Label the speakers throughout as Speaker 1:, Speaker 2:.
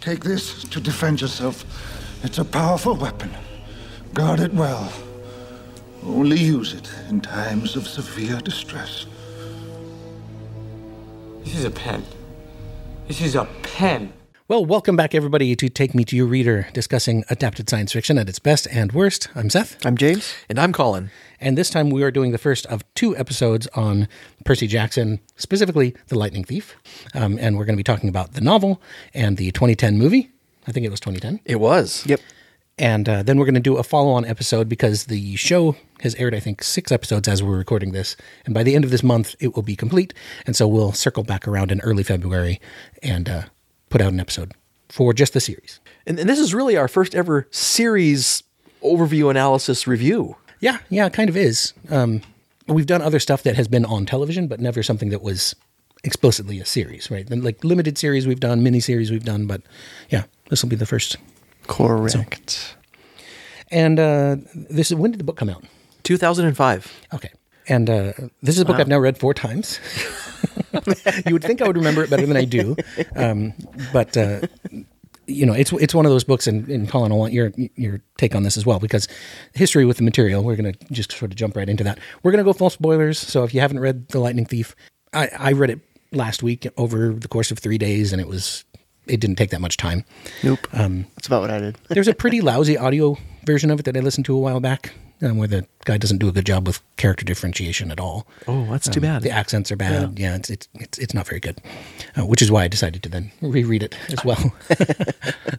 Speaker 1: Take this to defend yourself. It's a powerful weapon. Guard it well. Only use it in times of severe distress.
Speaker 2: This is a pen. This is a pen.
Speaker 3: Well, welcome back, everybody, to Take Me to Your Reader, discussing adapted science fiction at its best and worst. I'm Seth,
Speaker 4: I'm James.
Speaker 5: And I'm Colin.
Speaker 3: and this time we are doing the first of two episodes on Percy Jackson, specifically The Lightning Thief. Um, and we're going to be talking about the novel and the 2010 movie. I think it was 2010.
Speaker 5: It was.
Speaker 4: Yep.
Speaker 3: And uh, then we're going to do a follow on episode because the show has aired, I think, six episodes as we're recording this. And by the end of this month, it will be complete. And so we'll circle back around in early February and uh, put out an episode for just the series.
Speaker 5: And, and this is really our first ever series overview analysis review.
Speaker 3: Yeah, yeah, it kind of is. Um, we've done other stuff that has been on television, but never something that was explicitly a series, right? Then, Like limited series we've done, mini series we've done, but yeah, this will be the first.
Speaker 4: Correct.
Speaker 3: And uh, this is when did the book come out?
Speaker 5: 2005.
Speaker 3: Okay. And uh, this is a book I've now read four times. you would think I would remember it better than I do, um, but uh, you know, it's it's one of those books. And, and Colin, I want your your take on this as well because history with the material. We're going to just sort of jump right into that. We're going to go full spoilers. So if you haven't read The Lightning Thief, I, I read it last week over the course of three days, and it was it didn't take that much time.
Speaker 4: Nope. That's about what I did.
Speaker 3: There's a pretty lousy audio version of it that I listened to a while back, um, where the guy doesn't do a good job with character differentiation at all. Um,
Speaker 5: Oh, that's too bad.
Speaker 3: The accents are bad. Yeah, it's, it's it's it's not very good, uh, which is why I decided to then reread it as well. um,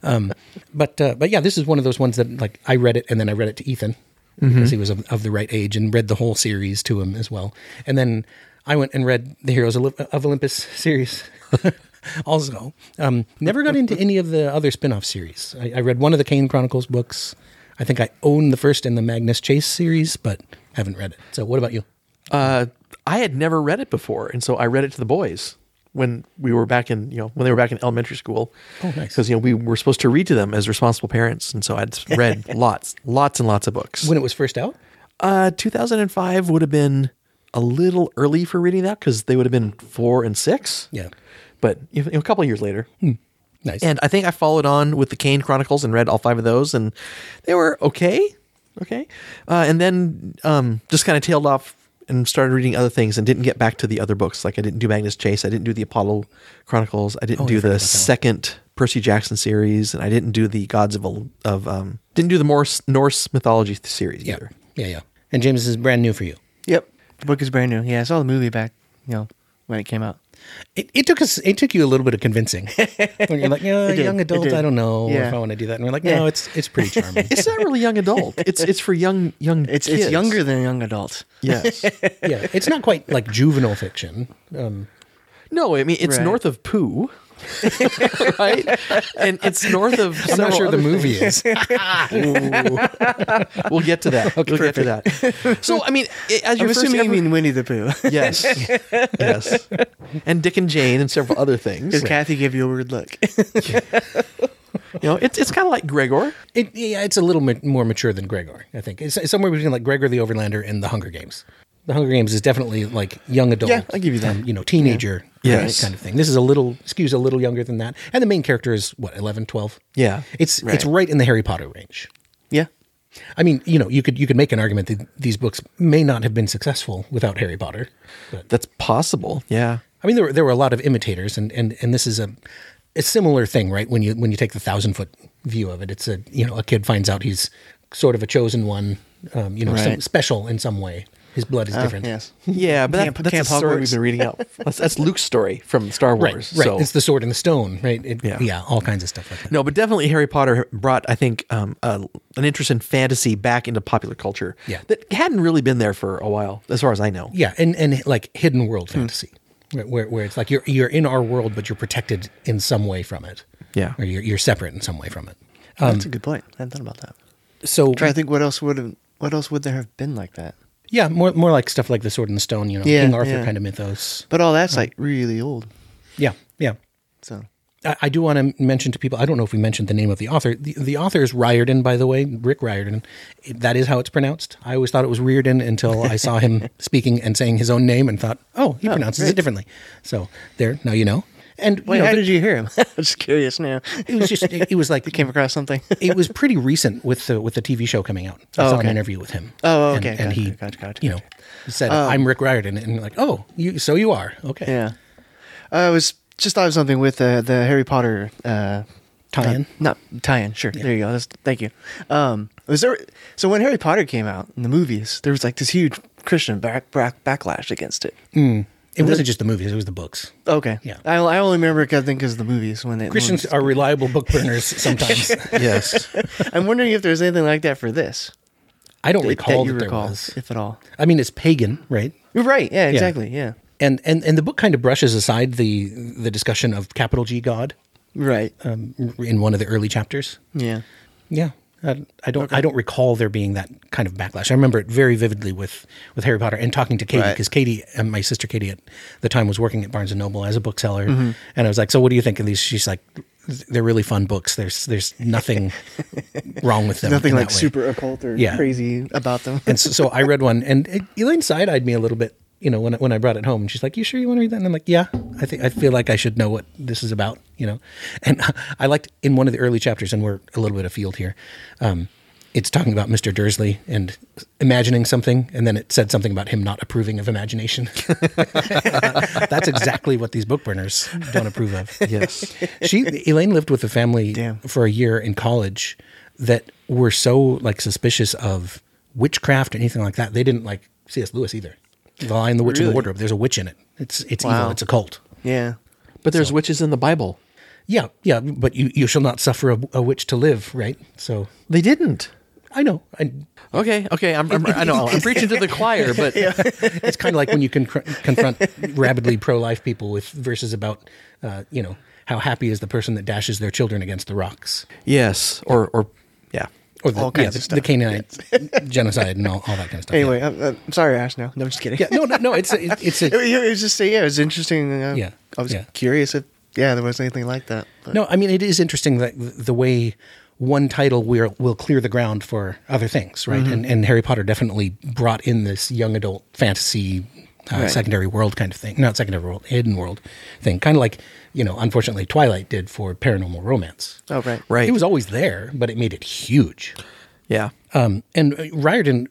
Speaker 3: but uh, but yeah, this is one of those ones that like I read it and then I read it to Ethan because he was of, of the right age and read the whole series to him as well. And then I went and read the Heroes of Olymp- of Olympus series. also, um, never got into any of the other spin off series. I, I read one of the Kane Chronicles books. I think I own the first in the Magnus Chase series, but haven't read it. So, what about you?
Speaker 5: Uh, I had never read it before, and so I read it to the boys when we were back in you know when they were back in elementary school.
Speaker 3: Oh, nice.
Speaker 5: Because you know we were supposed to read to them as responsible parents, and so I'd read lots, lots and lots of books.
Speaker 3: When it was first out?
Speaker 5: uh, 2005 would have been a little early for reading that because they would have been four and six.
Speaker 3: Yeah.
Speaker 5: But you know, a couple of years later,
Speaker 3: Nice.
Speaker 5: And I think I followed on with the Kane Chronicles and read all five of those, and they were okay, okay. Uh, and then um, just kind of tailed off and started reading other things and didn't get back to the other books. Like I didn't do Magnus Chase, I didn't do the Apollo Chronicles, I
Speaker 4: Oh,
Speaker 5: didn't do the second Percy Jackson series, and I didn't do the Gods of Ol- of um, didn't do the Morse Norse mythology th- series
Speaker 3: yeah.
Speaker 5: either.
Speaker 3: Yeah, yeah. And James this is brand new for you.
Speaker 4: Yep. The book is brand new. Yeah, I saw the movie back, you know, when it came out.
Speaker 3: It, it took us. It took you a little bit of convincing. when you're like, yeah,
Speaker 4: It did.
Speaker 3: young
Speaker 4: It
Speaker 3: adult.
Speaker 4: did.
Speaker 3: I don't know if
Speaker 4: Yeah.
Speaker 3: I want to do that. And we're like, no,
Speaker 4: Yeah.
Speaker 3: it's it's pretty charming.
Speaker 5: It's not really young adult. It's it's for young young.
Speaker 4: It's
Speaker 5: kids.
Speaker 4: it's younger than young adult.
Speaker 5: Yes.
Speaker 3: yeah, it's not quite like juvenile fiction. Um,
Speaker 5: No, I mean it's
Speaker 4: Right.
Speaker 5: north of Pooh, right? And it's north of.
Speaker 3: I'm not sure the movie is.
Speaker 5: We'll get to that. we'll get to that. So I mean, i- as your
Speaker 4: I'm
Speaker 5: first
Speaker 4: assuming
Speaker 5: ever,
Speaker 4: you mean Winnie the Pooh.
Speaker 5: yes, yes, and Dick and Jane and several other things.
Speaker 4: Because Kathy gave you a weird look.
Speaker 5: You know, it's it's kind of like Gregor.
Speaker 3: It, yeah, it's a little ma- more mature than Gregor. I think it's, it's somewhere between like Gregor the Overlander and The Hunger Games. The Hunger Games is definitely like young adult.
Speaker 5: Yeah, I'll give you that.
Speaker 3: um, you know, teenager
Speaker 5: Yes.
Speaker 3: kind of thing. This is a little skews a little younger than that. And the main character is what 11, 12?
Speaker 5: Yeah,
Speaker 3: It's it's right in the Harry Potter range.
Speaker 4: yeah.
Speaker 3: I mean, you know, you could you could make an argument that these books may not have been successful without Harry Potter. But
Speaker 5: that's possible. Yeah,
Speaker 3: I mean, there were, there were a lot of imitators, and and and this is a a similar thing, right? When you when you take the thousand foot view of it, it's a you know a kid finds out he's sort of a chosen one, um, you know, some,
Speaker 4: Right.
Speaker 3: special in some way. His blood is
Speaker 4: Ah,
Speaker 3: different.
Speaker 4: yes.
Speaker 5: yeah, but that-
Speaker 4: Camp-
Speaker 5: that's
Speaker 4: Camp
Speaker 5: the story
Speaker 4: Hogwarts.
Speaker 5: we've been reading out. That's, that's Luke's story from Star
Speaker 3: Right,
Speaker 5: Wars.
Speaker 3: right.
Speaker 5: So
Speaker 3: It's the sword and the stone, right? It, yeah.
Speaker 5: Yeah.
Speaker 3: all kinds of stuff like that.
Speaker 5: No, but definitely Harry Potter brought, I think, um, a, an interest in fantasy back into popular culture.
Speaker 3: Yeah.
Speaker 5: that hadn't really been there for a while, as far as I know.
Speaker 3: Yeah, and and like hidden world fantasy, right, where where it's like you're you're in our world, but you're protected in some way from it.
Speaker 5: Yeah.
Speaker 3: or you're you're separate in some way from it.
Speaker 4: That's a good point. I hadn't thought about that.
Speaker 3: So
Speaker 4: Try to think what else would have what else would there have been like that?
Speaker 3: yeah, more more like stuff like the sword and the stone, you know,
Speaker 4: Yeah,
Speaker 3: King Arthur
Speaker 4: yeah.
Speaker 3: kind of mythos.
Speaker 4: But all that's like really old.
Speaker 3: Yeah, yeah.
Speaker 4: So
Speaker 3: I, I do want to mention to people. I don't know if we mentioned the name of the author. The, the author is Riordan, by the way, Rick Riordan. That is how it's pronounced. I always thought it was Riordan until I saw
Speaker 4: Oh,
Speaker 3: him speaking and saying his own name and thought, oh, he pronounces it differently. So there, now you know. And
Speaker 4: Wait,
Speaker 3: you know,
Speaker 4: how
Speaker 3: the-
Speaker 4: did you hear him? I'm just curious now.
Speaker 3: it was just it, it was like
Speaker 4: You came across something?
Speaker 3: it was pretty recent with the with the TV show coming out. I
Speaker 4: Oh,
Speaker 3: saw an
Speaker 4: okay.
Speaker 3: interview with him.
Speaker 4: Oh,
Speaker 3: And-
Speaker 4: okay.
Speaker 3: And,
Speaker 4: Gotcha,
Speaker 3: he,
Speaker 4: gotcha, gotcha, Um,
Speaker 3: you know, he said, "I'm Rick Riordan," and like, "Oh, you so you are okay."
Speaker 4: yeah. Uh, I was just thought of something with uh, the Harry Potter uh,
Speaker 3: Tie-in?
Speaker 4: uh, not tie-in. Sure, there you go. That's, thank you. Um, was there? So when Harry Potter came out in the movies, there was like this huge Christian back, back, backlash against it.
Speaker 3: It wasn't just the movies; it was the books.
Speaker 4: Okay.
Speaker 3: Yeah.
Speaker 4: I, I only remember I think because the movies when they
Speaker 3: Christians are reliable book burners sometimes.
Speaker 5: yes.
Speaker 4: I'm wondering if there's anything like that for this.
Speaker 3: I don't
Speaker 4: that-
Speaker 3: recall
Speaker 4: that
Speaker 3: that,
Speaker 4: you
Speaker 3: there
Speaker 4: recall,
Speaker 3: was.
Speaker 4: if at all.
Speaker 3: I mean, it's pagan, right?
Speaker 4: You're right. Yeah. Exactly. Yeah.
Speaker 3: And and and the book kind of brushes aside the the discussion of capital G God
Speaker 4: Right.
Speaker 3: um, in one of the early chapters.
Speaker 4: yeah.
Speaker 3: Yeah. I, I don't. I don't recall there being that kind of backlash. I remember it very vividly with, with Harry Potter and talking to Katie
Speaker 5: Right.
Speaker 3: because Katie and my sister Katie at the time was working at Barnes and Noble as a bookseller,
Speaker 4: Mm-hmm.
Speaker 3: and I was like, "So what do you think of these?" She's like, "They're really fun books. There's there's nothing wrong with them.
Speaker 4: Nothing
Speaker 3: in
Speaker 4: like
Speaker 3: that way."
Speaker 4: super occult or
Speaker 3: Yeah.
Speaker 4: crazy about them.
Speaker 3: And so, so I read one, and it, Elaine side eyed me a little bit, you know, when I- when I brought it home. And she's like, "You sure you want to read that?" And I'm like, "Yeah, I think I feel like I should know what this is about," you know. And I liked in one of the early chapters, and we're a little bit afield here. Um, it's talking about Mr. Dursley and imagining something, and then it said something about him not approving of imagination. That's exactly what these book burners don't approve of
Speaker 5: Yes.
Speaker 3: she Elaine lived with a family
Speaker 4: Damn.
Speaker 3: for a year in college that were so like suspicious of witchcraft or anything like that. They didn't like C.S. Lewis either. The Lion, the Witch, and the
Speaker 4: Really?
Speaker 3: Wardrobe. There's a witch in it. It's it's evil.
Speaker 4: Wow.
Speaker 3: It's a cult.
Speaker 4: yeah.
Speaker 5: But there's witches in the Bible.
Speaker 3: Yeah, yeah. But you you shall not suffer a, a witch to live. Right. So
Speaker 5: They didn't.
Speaker 3: I know. I,
Speaker 5: Okay, okay. I'm, I'm I know I'm preaching to the choir, but
Speaker 3: it's kind of like when you con- confront rabidly pro-life people with verses about uh, you know how happy is the person that dashes their children against the rocks.
Speaker 5: yes, or or yeah.
Speaker 3: Or the,
Speaker 4: All kinds
Speaker 3: the, the
Speaker 4: of stuff.
Speaker 3: Canaanite genocide and all, all that kind of stuff. yeah.
Speaker 4: Anyway, I'm, I'm sorry, Ash. Now, no, I'm just kidding.
Speaker 3: Yeah, no, no, no. It's a, it- it's
Speaker 4: it,
Speaker 3: a,
Speaker 4: it was just yeah, it was interesting. Uh,
Speaker 3: Yeah,
Speaker 4: I was
Speaker 3: yeah.
Speaker 4: curious if yeah, there was anything like that. But
Speaker 3: no. I mean, it is interesting that the way one title will will clear the ground for other things, right?
Speaker 4: Mm-hmm.
Speaker 3: And and Harry Potter definitely brought in this young adult fantasy. Uh,
Speaker 4: Right.
Speaker 3: Secondary world kind of thing, not secondary world, hidden world thing, kind of like you know, unfortunately, Twilight did for paranormal romance.
Speaker 4: Oh right.
Speaker 5: Right.
Speaker 3: It was always there, but it made it huge.
Speaker 5: yeah.
Speaker 3: Um, and uh, Riordan,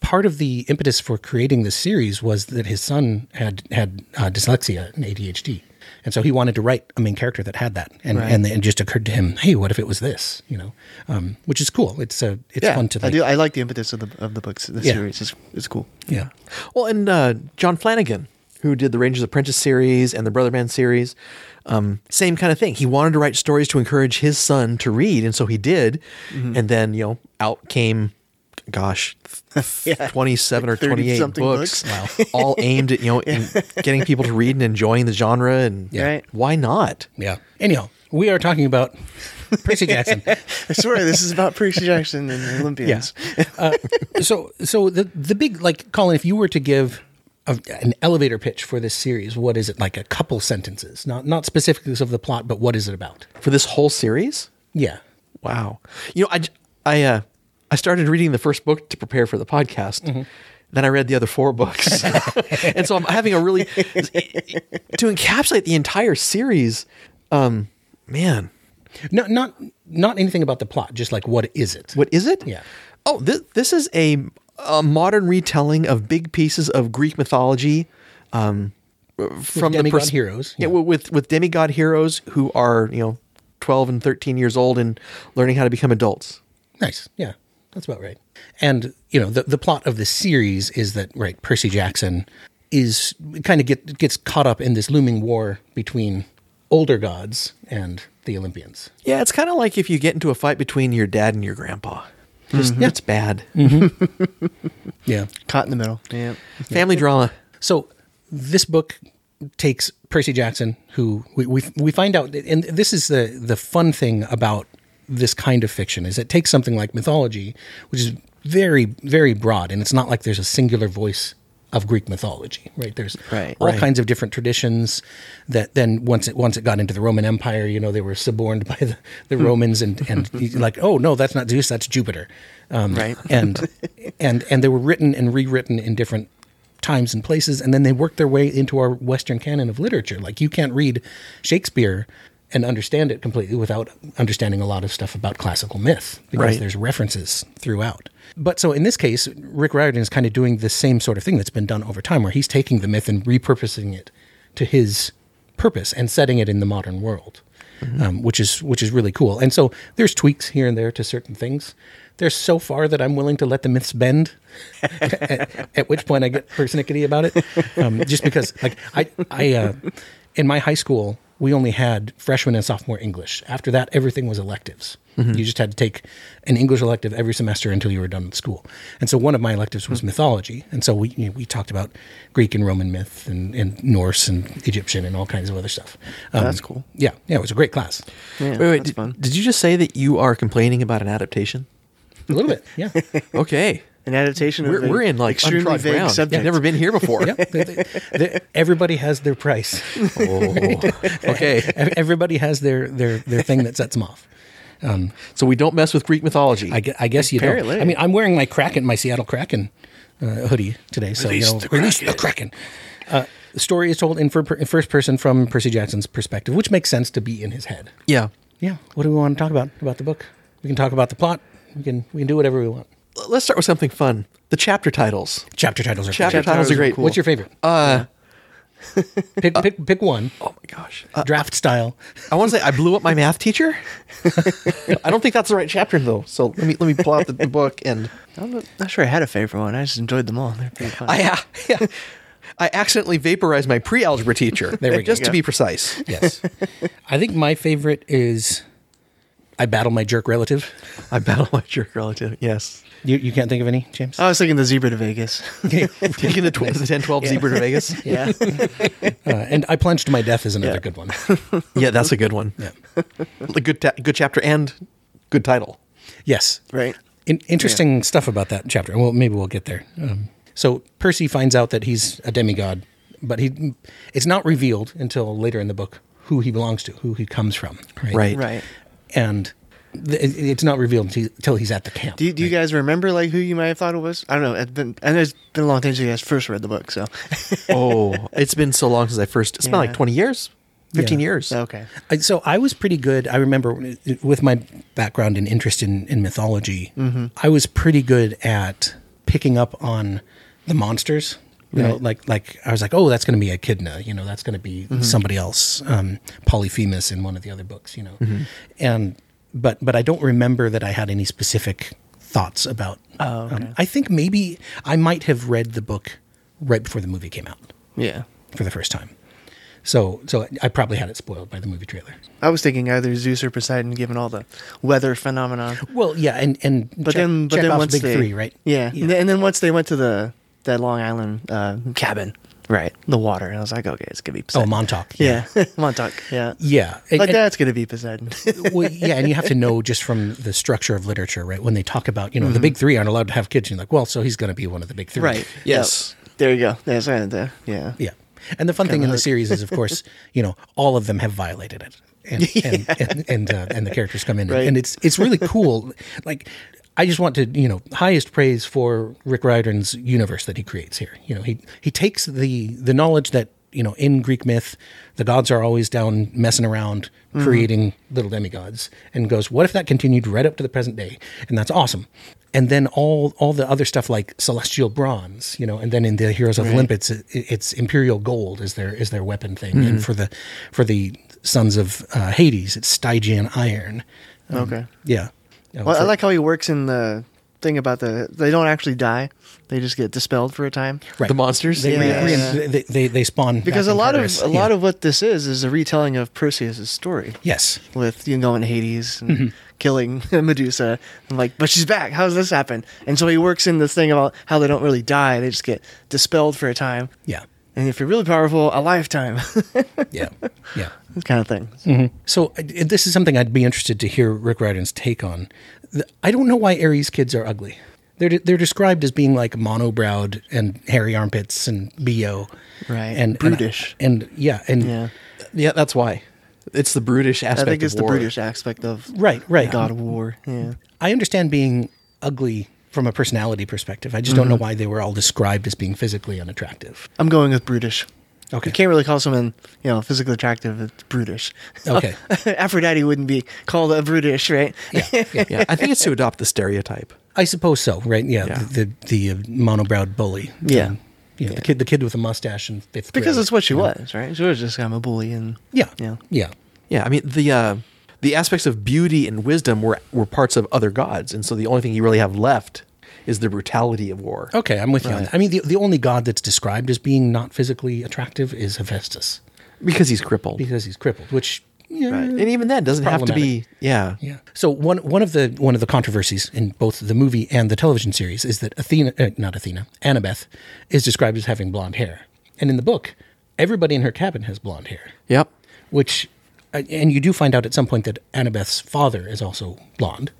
Speaker 3: part of the impetus for creating this series was that his son had had uh, dyslexia and ADHD, and so he wanted to write a main character that had that. And and it just occurred to him, hey, what if it was this? You know, um, which is cool. It's uh, it's
Speaker 4: Yeah,
Speaker 3: fun to
Speaker 4: I
Speaker 3: like,
Speaker 4: do. I like the impetus of the of the books. The
Speaker 3: Yeah.
Speaker 4: series is it's cool.
Speaker 3: yeah.
Speaker 5: Well, and uh, John Flanagan, who did the Rangers Apprentice series and the Brother Man series, um, same kind of thing. He wanted to write stories to encourage his son to read, and so he did.
Speaker 4: Mm-hmm.
Speaker 5: And then you know, out came, gosh, twenty-seven or
Speaker 4: 30
Speaker 5: twenty-eight
Speaker 4: something
Speaker 5: books, all aimed at you know in getting people to read and enjoying the genre. And
Speaker 3: Yeah.
Speaker 4: Right.
Speaker 5: why not?
Speaker 3: Yeah. Anyhow, we are talking about Percy Jackson.
Speaker 4: I swear this is about Percy Jackson and the Olympians.
Speaker 3: Yeah. Uh, so so the the big like Colin, if you were to give a, an elevator pitch for this series, what is it like? A couple sentences, not not specifics of the plot, but what is it about?
Speaker 5: For this whole series,
Speaker 3: Yeah.
Speaker 5: Wow. You know, I, j- I, uh, I started reading the first book to prepare for the podcast.
Speaker 3: Mm-hmm.
Speaker 5: Then I read the other four books. and so I'm having a really, to encapsulate the entire series, um, man,
Speaker 3: No, not not anything about the plot. Just like what is it?
Speaker 5: what is it?
Speaker 3: Yeah.
Speaker 5: Oh, this, this is a, a modern retelling of big pieces of Greek mythology um, from the
Speaker 3: demigod heroes,
Speaker 5: Yeah,
Speaker 3: yeah.
Speaker 5: wi- with with demigod heroes who are you know twelve and thirteen years old and learning how to become adults.
Speaker 3: Nice. Yeah, that's about right. And you know, the the plot of the series is that right, Percy Jackson is kind of get gets caught up in this looming war between older gods and the Olympians.
Speaker 5: Yeah, it's kind of like if you get into a fight between your dad and your grandpa. Just,
Speaker 4: Mm-hmm.
Speaker 5: That's bad.
Speaker 3: Yeah.
Speaker 4: Caught in the middle.
Speaker 3: Um,
Speaker 4: Yeah.
Speaker 5: Family drama.
Speaker 3: So this book takes Percy Jackson, who we, we we find out, and this is the the fun thing about this kind of fiction is it takes something like mythology, which is very very broad, and it's not like there's a singular voice of Greek mythology, right? There's
Speaker 5: Right,
Speaker 3: all
Speaker 5: right.
Speaker 3: kinds of different traditions that then once it once it got into the Roman Empire, you know, they were suborned by the, the
Speaker 5: Hmm.
Speaker 3: Romans and and like, oh no, that's not Zeus, that's Jupiter, um,
Speaker 5: Right.
Speaker 3: and and and they were written and rewritten in different times and places, and then they work their way into our Western canon of literature. Like you can't read Shakespeare and understand it completely without understanding a lot of stuff about classical myth because
Speaker 5: Right.
Speaker 3: there's references throughout. But so in this case, Rick Riordan is kind of doing the same sort of thing that's been done over time, where he's taking the myth and repurposing it to his purpose and setting it in the modern world, um, which is which is really cool. And so there's tweaks here and there to certain things. There's so far that I'm willing to let the myths bend, at, at which point I get persnickety about it, um, just because like I I uh, in my high school we only had freshman and sophomore English. After that, everything was electives.
Speaker 4: Mm-hmm.
Speaker 3: You just had to take an English elective every semester until you were done with school. And so one of my electives
Speaker 4: Mm-hmm.
Speaker 3: was mythology. And so we you know, we talked about Greek and Roman myth and, and Norse and Egyptian and all kinds of other stuff. Um,
Speaker 4: That's cool.
Speaker 3: Yeah, yeah, it was a great class.
Speaker 4: Yeah,
Speaker 5: wait, wait.
Speaker 4: that's
Speaker 5: Did,
Speaker 4: fun.
Speaker 5: did you just say that you are complaining about an adaptation?
Speaker 3: A little bit, yeah.
Speaker 5: Okay.
Speaker 4: An adaptation.
Speaker 5: We're,
Speaker 4: of a
Speaker 5: we're in like
Speaker 4: extremely
Speaker 5: untried
Speaker 4: vague
Speaker 5: ground.
Speaker 4: subject.
Speaker 5: I've never been here before.
Speaker 3: yeah. They- they- they- everybody has their price.
Speaker 5: Oh, okay.
Speaker 3: Ev- Everybody has their their their thing that sets them off.
Speaker 5: So we don't mess with Greek mythology.
Speaker 3: I, gue- I guess you don't.
Speaker 4: Apparently.
Speaker 3: I mean, I'm wearing my Kraken, my Seattle Kraken uh, hoodie today. So you know, release the Kraken. Uh, the story is told in, fir- in first person from Percy Jackson's perspective, which makes sense to be in his head.
Speaker 5: yeah.
Speaker 3: Yeah. What do we want to talk about about the book? We can talk about the plot. We can we can do whatever we want.
Speaker 5: L- Let's start with something fun. The chapter titles.
Speaker 3: Chapter titles are
Speaker 5: Chapter,
Speaker 3: great. Uh,
Speaker 5: titles are
Speaker 4: are
Speaker 5: great.
Speaker 4: cool.
Speaker 3: What's your favorite?
Speaker 5: Uh,
Speaker 3: pick, pick pick one.
Speaker 5: oh my gosh. Uh,
Speaker 3: Draft style.
Speaker 5: I want to say I blew up my math teacher. I don't think that's the right chapter though. So let me let me pull out the, the book and
Speaker 4: I'm not- not sure I had a favorite one. I just enjoyed them all. They're pretty fun.
Speaker 5: I yeah, I accidentally vaporized my pre-algebra teacher.
Speaker 3: There we go.
Speaker 5: just to
Speaker 3: Yeah.
Speaker 5: be precise.
Speaker 3: Yes. I think my favorite is I battle my jerk relative.
Speaker 5: I battle my jerk relative. Yes.
Speaker 3: You you can't think of any, James?
Speaker 4: I was thinking the zebra to Vegas.
Speaker 5: Taking the, tw- the 10 12 zebra to Vegas.
Speaker 4: yeah,
Speaker 3: Uh, and I plunged to my death is another
Speaker 4: Yeah.
Speaker 3: good one.
Speaker 5: Yeah, that's a good one. A good ta- good chapter and good title.
Speaker 3: Yes.
Speaker 4: right.
Speaker 3: In- interesting stuff about that chapter. Well, maybe we'll get there. Um, so Percy finds out that he's a demigod, but he it's not revealed until later in the book who he belongs to, who he comes from. Right.
Speaker 5: Right.
Speaker 4: Right.
Speaker 3: And th- it- it's not revealed until until he's at the camp.
Speaker 4: Do you, do you guys remember like who you might have thought it was? I don't know. It's been and it's been a long time since you guys first read the book. So
Speaker 5: Oh, it's been so long since I first. It's been like
Speaker 4: Yeah.
Speaker 5: 20 years, 15
Speaker 3: Yeah.
Speaker 5: years.
Speaker 4: okay,
Speaker 3: I- So I was pretty good. I remember with my background and interest in, in mythology,
Speaker 4: Mm-hmm.
Speaker 3: I was pretty good at picking up on the monsters. You know,
Speaker 4: Right. Mm-hmm.
Speaker 3: like like I was like, oh, that's going to be Echidna. You know, that's going to be somebody else, um, Polyphemus in one of the other books. You know,
Speaker 4: Mm-hmm.
Speaker 3: and but but I don't remember that I had any specific thoughts about. um,
Speaker 4: Oh, okay.
Speaker 3: I think maybe I might have read the book right before the movie came out
Speaker 4: yeah.
Speaker 3: for the first time. So so I probably had it spoiled by the movie trailer.
Speaker 4: I was thinking either Zeus or Poseidon, given all the weather phenomenon.
Speaker 3: Well, yeah, and and
Speaker 4: But then, but then once
Speaker 3: big
Speaker 4: they,
Speaker 3: three, right?
Speaker 4: Yeah,
Speaker 3: Yeah.
Speaker 4: And, then, and then once they went to the that Long Island uh, cabin, right? The water, and I was like, okay, it's gonna be
Speaker 3: Oh,
Speaker 4: Poseidon.
Speaker 3: Montauk.
Speaker 4: yeah, Montauk, yeah,
Speaker 3: yeah, And-
Speaker 4: like
Speaker 3: and-
Speaker 4: that's gonna be Poseidon.
Speaker 3: well, yeah, and you have to know just from the structure of literature, right? When they talk about, you know, the big three aren't allowed to have kids, you're like, well, so he's going to be one of the big three,
Speaker 4: Mm-hmm. right.
Speaker 5: Yes.
Speaker 4: Yep. There you go. That's right. there. Yeah.
Speaker 3: Yeah, and the fun thing in the series is, of course, you know, all of them have violated it, and and and and, uh, and the characters come in,
Speaker 4: Right.
Speaker 3: and it's it's really cool, like. I just want to, you know, highest praise for Rick Riordan's universe that he creates here. You know, he he takes the the knowledge that you know in Greek myth, the gods are always down messing around, creating little demigods, and goes, what if that continued right up to the present day? And that's awesome. And then all all the other stuff like celestial bronze, you know, and then in the Heroes of Olympus, it, it's imperial gold is their is their weapon thing, and for the for the sons of uh, Hades, it's Stygian iron. Um,
Speaker 4: Okay.
Speaker 3: Yeah. Uh,
Speaker 4: Well, I
Speaker 3: for-
Speaker 4: like how he works in the thing about the they don't actually die; they just get dispelled for a time.
Speaker 3: Right.
Speaker 5: The monsters.
Speaker 3: They, re-
Speaker 4: Yeah.
Speaker 3: re- they, they, they spawn back
Speaker 4: Because a
Speaker 3: in
Speaker 4: lot
Speaker 3: Tartarus.
Speaker 4: of a lot
Speaker 3: Yeah.
Speaker 4: of what this is is a retelling of Perseus's story
Speaker 3: yes,
Speaker 4: with you know, going to Hades and
Speaker 3: Mm-hmm.
Speaker 4: killing Medusa. I'm like, but she's back. How does this happen? And so he works in this thing about how they don't really die; they just get dispelled for a time.
Speaker 3: yeah,
Speaker 4: And if you're really powerful, a lifetime,
Speaker 3: yeah, yeah.
Speaker 4: this kind of thing.
Speaker 3: Mm. So I- I- this is something I'd be interested to hear Rick Riordan's take on. The- I don't know why Aries kids are ugly. They're de- they're described as being like monobrowed and hairy armpits and bo,
Speaker 4: Right.
Speaker 3: And and-
Speaker 4: Brutish.
Speaker 3: and, yeah, and
Speaker 4: Yeah,
Speaker 5: Yeah, that's why. It's the brutish
Speaker 4: I
Speaker 5: aspect.
Speaker 4: think it's
Speaker 5: of
Speaker 4: the
Speaker 5: war.
Speaker 4: British aspect of
Speaker 3: right, right.
Speaker 4: God of War. Yeah,
Speaker 3: I understand being ugly from a personality perspective. I just don't know
Speaker 4: Mm-hmm.
Speaker 3: why they were all described as being physically unattractive.
Speaker 4: I'm going with brutish.
Speaker 3: Okay.
Speaker 4: You can't really call someone, you know, physically attractive. It's brutish.
Speaker 3: Okay.
Speaker 4: Aphrodite wouldn't be called a brutish, right?
Speaker 3: yeah, yeah.
Speaker 5: Yeah, I think it's to adopt the stereotype.
Speaker 3: I suppose so, right? Yeah,
Speaker 5: Yeah.
Speaker 3: the the, the uh, monobrowed bully.
Speaker 4: Yeah.
Speaker 3: Um, yeah, the kid the kid with the mustache in fifth
Speaker 4: Because
Speaker 3: grade.
Speaker 4: that's what she was, right? She was just kind of a bully and
Speaker 3: yeah,
Speaker 4: Yeah.
Speaker 3: yeah,
Speaker 5: Yeah, I mean the uh, the aspects of beauty and wisdom were were parts of other gods, and so the only thing you really have left is the brutality of war.
Speaker 4: Oh.
Speaker 3: Okay, I'm with you on that. I mean, the the only god that's described as being not physically attractive is Hephaestus
Speaker 5: because he's crippled.
Speaker 3: because he's crippled, which yeah,
Speaker 5: Right. And even then doesn't have to be yeah.
Speaker 3: Yeah. So one one of the one of the controversies in both the movie and the television series is that Athena, uh, not Athena, Annabeth, is described as having blonde hair, and in the book, everybody in her cabin has blonde hair,
Speaker 5: Yep.
Speaker 3: which, uh, and you do find out at some point that Annabeth's father is also blonde.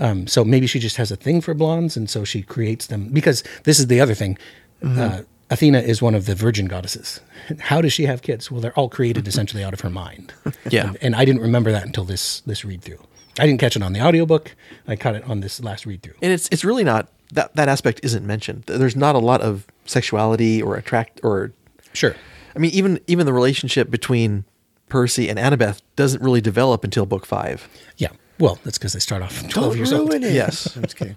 Speaker 3: Um, so maybe she just has a thing for blondes, and so she creates them because this is the other thing. Uh, Athena is one of the virgin goddesses. How does she have kids? Well, they're all created essentially out of her mind.
Speaker 5: Yeah.
Speaker 3: and, and I didn't remember that until this this read through. I didn't catch it on the audiobook. I caught it on this last read through.
Speaker 5: And it's it's really not that that aspect isn't mentioned. Th- There's not a lot of sexuality or attract or
Speaker 3: Sure.
Speaker 5: I mean even even the relationship between Percy and Annabeth doesn't really develop until book 5.
Speaker 3: Yeah. Well, that's because they start off 12
Speaker 4: Don't
Speaker 3: years old.
Speaker 4: ruin it.
Speaker 5: Yes.
Speaker 4: I'm just kidding.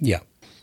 Speaker 3: Yeah.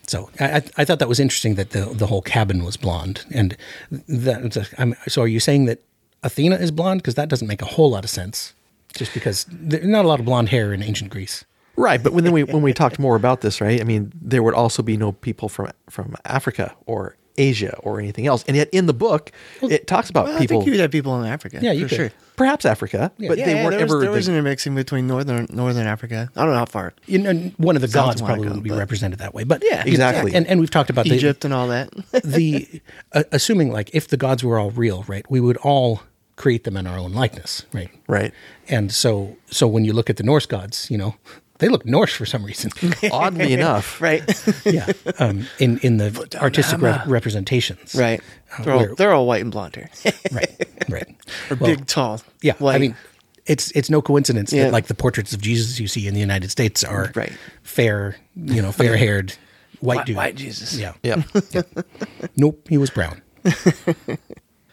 Speaker 3: So I, I, I thought that was interesting that the the whole cabin was blonde, and that I'm, so are you saying that Athena is blonde? Because that doesn't make a whole lot of sense, just because there's not a lot of blonde hair in ancient Greece.
Speaker 5: Right, but when then we when we talked more about this, right? I mean, there would also be no people from from Africa or Asia or anything else, and yet in the book, it talks about
Speaker 4: Well, I
Speaker 5: people,
Speaker 4: think you'd have people in Africa.
Speaker 3: Yeah, you
Speaker 4: for
Speaker 3: could.
Speaker 4: sure.
Speaker 5: perhaps Africa, but
Speaker 4: Yeah,
Speaker 5: they
Speaker 4: yeah,
Speaker 5: weren't
Speaker 4: there was,
Speaker 5: ever.
Speaker 4: There
Speaker 5: the-
Speaker 4: was intermixing between northern northern Africa. I don't know how far.
Speaker 3: You know, one of the
Speaker 4: Sounds
Speaker 3: gods probably
Speaker 4: wanna go,
Speaker 3: would be
Speaker 4: but-
Speaker 3: represented that way, but
Speaker 4: Yeah,
Speaker 5: Exactly.
Speaker 3: And and we've talked about the,
Speaker 4: Egypt and all that.
Speaker 3: the uh, assuming like if the gods were all real, right? We would all create them in our own likeness, right?
Speaker 5: right.
Speaker 3: And so so when you look at the Norse gods, you know, they look Norse for some reason.
Speaker 5: Oddly enough,
Speaker 4: right.
Speaker 3: yeah, um, in in the artistic re- representations.
Speaker 4: right.
Speaker 3: Uh,
Speaker 4: They're all,
Speaker 3: where-
Speaker 4: they're all white and blonde here.
Speaker 3: right, right.
Speaker 4: or
Speaker 3: Well,
Speaker 4: big, tall.
Speaker 3: Yeah,
Speaker 4: White.
Speaker 3: I mean, it's it's no coincidence
Speaker 4: Yeah.
Speaker 3: that like the portraits of Jesus you see in the United States are
Speaker 4: Right.
Speaker 3: fair, you know, fair haired white
Speaker 4: White-
Speaker 3: dude.
Speaker 4: white Jesus.
Speaker 3: Yeah.
Speaker 5: Yeah.
Speaker 3: Nope, he was brown.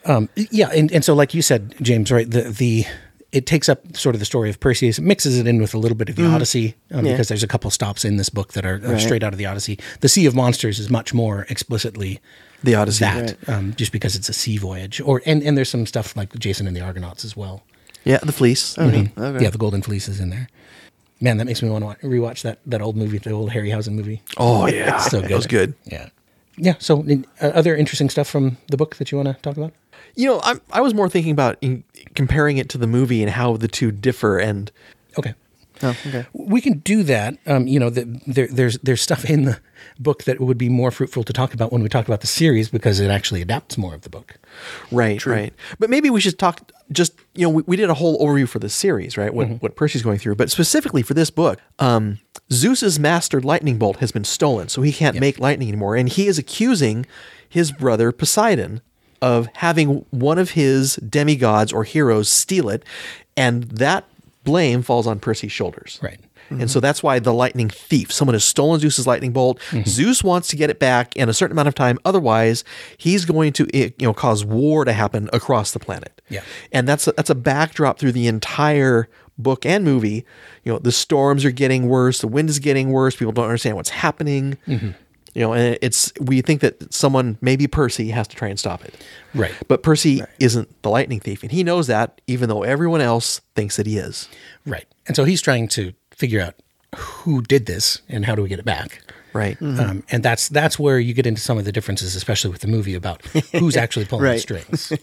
Speaker 3: um, yeah, and, and so like you said, James, right? The the it takes up sort of the story of Perseus, mixes it in with a little bit of the Odyssey um,
Speaker 4: Mm-hmm. Yeah.
Speaker 3: because there's a couple stops in this book that are uh, straight out of the Odyssey. The Sea of Monsters is much more explicitly
Speaker 5: The Odyssey.
Speaker 3: that, um, just because it's a sea voyage, or and and there's some stuff like Jason and the Argonauts as well. Mm.
Speaker 5: Yeah, the fleece.
Speaker 4: Oh,
Speaker 5: Mm-hmm.
Speaker 4: Okay.
Speaker 3: Yeah, the Golden Fleece is in there. Man, that makes me want to rewatch that that old movie, the old Harryhausen movie.
Speaker 5: Oh yeah,
Speaker 3: so
Speaker 5: That was good.
Speaker 3: Yeah, yeah. So, uh, other interesting stuff from the book that you want to talk about?
Speaker 5: You know, I, I was more thinking about in, comparing it to the movie and how the two differ. And
Speaker 3: Okay.
Speaker 4: Oh, okay.
Speaker 3: We can do that. Um, you know, the, there, there's there's stuff in the book that would be more fruitful to talk about when we talk about the series because it actually adapts more of the book.
Speaker 5: right, right. But maybe we should talk. Just you know, we, we did a whole overview for the series, right? What what Percy's going through, but specifically for this book, um, Zeus's master lightning bolt has been stolen, so he can't make lightning anymore, and he is accusing his brother Poseidon of having one of his demigods or heroes steal it, and that blame falls on Percy's shoulders.
Speaker 3: Right.
Speaker 5: And so that's why the lightning thief, someone has stolen Zeus's lightning bolt.
Speaker 3: Mm-hmm.
Speaker 5: Zeus wants to get it back in a certain amount of time. Otherwise, he's going to eh, you know cause war to happen across the planet.
Speaker 3: Yeah.
Speaker 5: And that's a, that's a backdrop through the entire book and movie. You know, the storms are getting worse, the wind is getting worse, people don't understand what's happening.
Speaker 3: Mm-hmm.
Speaker 5: You know, and it's we think that someone, maybe Percy, has to try and stop it.
Speaker 3: Right.
Speaker 5: But Percy isn't the lightning thief, and he knows that, even though everyone else thinks that he is.
Speaker 3: Right. And so he's trying to figure out who did this and how do we get it back.
Speaker 5: Right.
Speaker 3: Um, and that's that's where you get into some of the differences, especially with the movie about who's actually pulling the
Speaker 4: Right.
Speaker 3: strings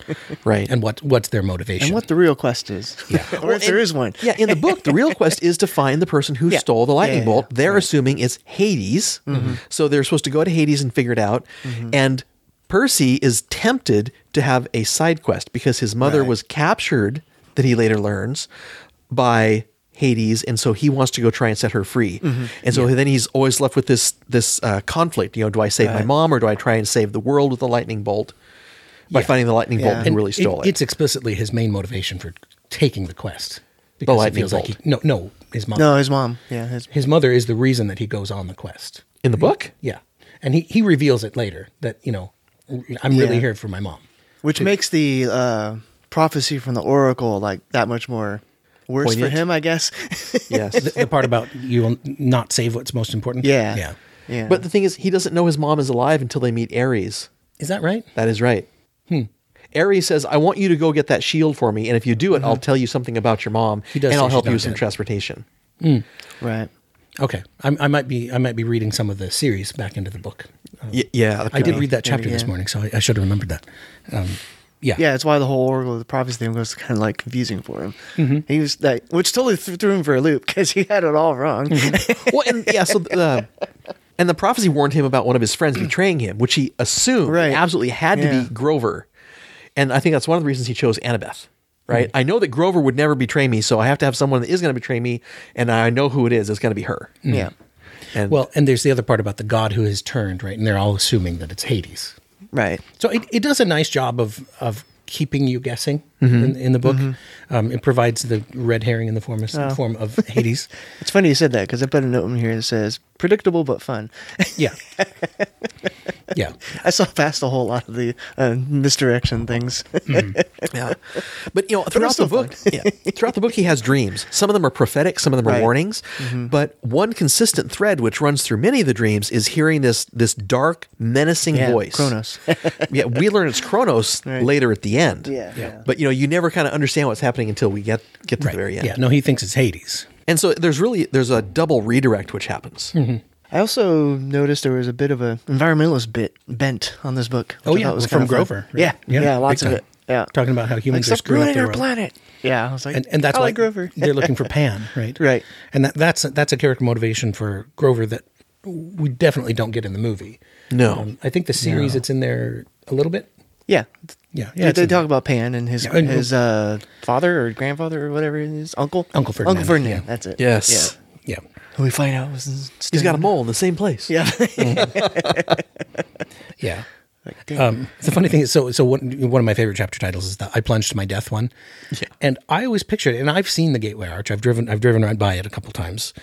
Speaker 5: Right.
Speaker 3: and what what's their motivation.
Speaker 4: And what the real quest is. Yeah. or if there is one.
Speaker 5: Yeah, in the book, the real quest is to find the person who
Speaker 4: Yeah.
Speaker 5: stole the lightning
Speaker 4: Yeah, Mm-hmm. yeah,
Speaker 5: bolt. They're assuming it's Hades. So they're supposed to go to Hades and figure it out.
Speaker 4: Mm-hmm.
Speaker 5: And Percy is tempted to have a side quest because his mother
Speaker 4: Right.
Speaker 5: was captured, that he later learns, by Hades, and so he wants to go try and set her free.
Speaker 4: Mm-hmm.
Speaker 5: And so then he's always left with this this uh, conflict. You know, do I save my mom or do I try and save the world with the lightning bolt by finding the lightning bolt
Speaker 4: Yeah.
Speaker 5: who
Speaker 3: And
Speaker 5: really stole it?
Speaker 3: It's explicitly his main motivation for taking the quest. because he
Speaker 5: lightning
Speaker 3: feels like he,
Speaker 5: bolt.
Speaker 3: no, no, his mom.
Speaker 4: No, his mom. Yeah, his,
Speaker 3: His mother is the reason that he goes on the quest.
Speaker 5: in the book.
Speaker 3: Yeah, and he he reveals it later that you know I'm really
Speaker 4: Yeah.
Speaker 3: here for my mom.
Speaker 4: which makes the uh, prophecy from the oracle like that much more worse
Speaker 5: Poignant.
Speaker 4: for him, I guess.
Speaker 5: Yes.
Speaker 3: The part about you will not save what's most important.
Speaker 4: yeah.
Speaker 3: yeah.
Speaker 4: Yeah.
Speaker 5: But the thing is, he doesn't know his mom is alive until they meet Ares.
Speaker 3: Is that right?
Speaker 5: That is right. Hmm. Ares says, I want you to go get that shield for me. And if you do it, I'll tell you something about your mom
Speaker 3: Mm-hmm. does
Speaker 5: and
Speaker 3: say
Speaker 5: I'll
Speaker 3: she's
Speaker 5: help you
Speaker 3: not
Speaker 5: with some
Speaker 3: dead.
Speaker 5: transportation.
Speaker 4: right.
Speaker 3: Okay, I, I might be I might be reading some of the series back into the book. Uh,
Speaker 5: Y- yeah.
Speaker 3: I did read that
Speaker 4: maybe,
Speaker 3: chapter this
Speaker 4: yeah.
Speaker 3: morning, so I, I should have remembered that. Um, yeah,
Speaker 4: Yeah, it's why the whole Oracle of the Prophecy thing was kind of like confusing for him.
Speaker 5: Mm-hmm.
Speaker 4: He was that, which totally th- threw him for a loop because he had it all wrong.
Speaker 5: well, and yeah, so the, and the prophecy warned him about one of his friends betraying him, which he assumed
Speaker 4: Right.
Speaker 5: absolutely had
Speaker 4: Yeah.
Speaker 5: to be Grover. And I think that's one of the reasons he chose Annabeth. Right.
Speaker 3: Hmm.
Speaker 5: I know that Grover would never betray me, so I have to have someone that is going to betray me, and I know who it is. It's going to be her.
Speaker 4: yeah.
Speaker 5: And
Speaker 3: Hmm. Well, and there's the other part about the god who has turned, right? And they're all assuming that it's Hades.
Speaker 4: Right.
Speaker 3: So it, it does a nice job of of keeping you guessing in, in the book. Um, it provides the red herring in the form of, form of Hades.
Speaker 4: It's funny you said that because I put a note in here that says predictable but fun.
Speaker 3: Yeah, yeah.
Speaker 4: I saw past a whole lot of the uh, misdirection things.
Speaker 5: Yeah, but you know, throughout
Speaker 4: still
Speaker 5: the book, yeah, throughout the book, he has dreams. Some of them are prophetic, some of them are
Speaker 4: Right. Mm-hmm.
Speaker 5: warnings. But one consistent thread, which runs through many of the dreams, is hearing this this dark, menacing
Speaker 4: Yeah,
Speaker 5: voice,
Speaker 4: Kronos.
Speaker 5: yeah, we learn it's Kronos
Speaker 4: Right.
Speaker 5: later at the end.
Speaker 4: Yeah, yeah.
Speaker 5: but you know, you never kind of understand what's happening until we get get to
Speaker 3: Right.
Speaker 5: the very end.
Speaker 3: Yeah. No, he thinks it's Hades.
Speaker 5: And so there's really there's a double redirect which happens.
Speaker 3: Mm-hmm.
Speaker 4: I also noticed there was a bit of a environmentalist bit bent on this book. which
Speaker 3: Oh,
Speaker 4: I
Speaker 3: yeah,
Speaker 4: thought was
Speaker 3: from
Speaker 4: kinda fun.
Speaker 3: Grover, right?
Speaker 4: Yeah,
Speaker 3: Yeah,
Speaker 4: yeah, lots
Speaker 3: big
Speaker 4: of it.
Speaker 3: time.
Speaker 4: Yeah,
Speaker 3: Talking about how
Speaker 4: like
Speaker 3: humans are
Speaker 4: stop
Speaker 3: screwing up
Speaker 4: ruining
Speaker 3: their
Speaker 4: our
Speaker 3: world.
Speaker 4: planet. Yeah, I was like,
Speaker 3: and and that's
Speaker 4: I
Speaker 3: why
Speaker 4: like Grover.
Speaker 3: they're looking for Pan, right?
Speaker 4: Right.
Speaker 3: And that, that's that's a character motivation for Grover that we definitely don't get in the movie. Um,
Speaker 5: No.
Speaker 3: I think the series it's in there a little bit.
Speaker 4: Yeah,
Speaker 3: Yeah, yeah.
Speaker 4: yeah
Speaker 3: it's
Speaker 4: they
Speaker 3: in-
Speaker 4: talk about Pan and his
Speaker 3: Yeah, and-
Speaker 4: his uh, father or grandfather or whatever it is, uncle,
Speaker 3: Uncle Ferdinand,
Speaker 4: Uncle Ferdinand.
Speaker 3: yeah.
Speaker 4: That's it.
Speaker 5: Yes,
Speaker 3: yeah.
Speaker 4: yeah. Who we find out was
Speaker 5: he's got a mole in the same place.
Speaker 4: Yeah,
Speaker 3: Yeah.
Speaker 4: Like, damn.
Speaker 3: Um, the funny thing is, so so one one of my favorite chapter titles is the "I plunged to my death" one,
Speaker 5: Yeah.
Speaker 3: and I always pictured, it, and I've seen the Gateway Arch. I've driven I've driven right by it a couple times,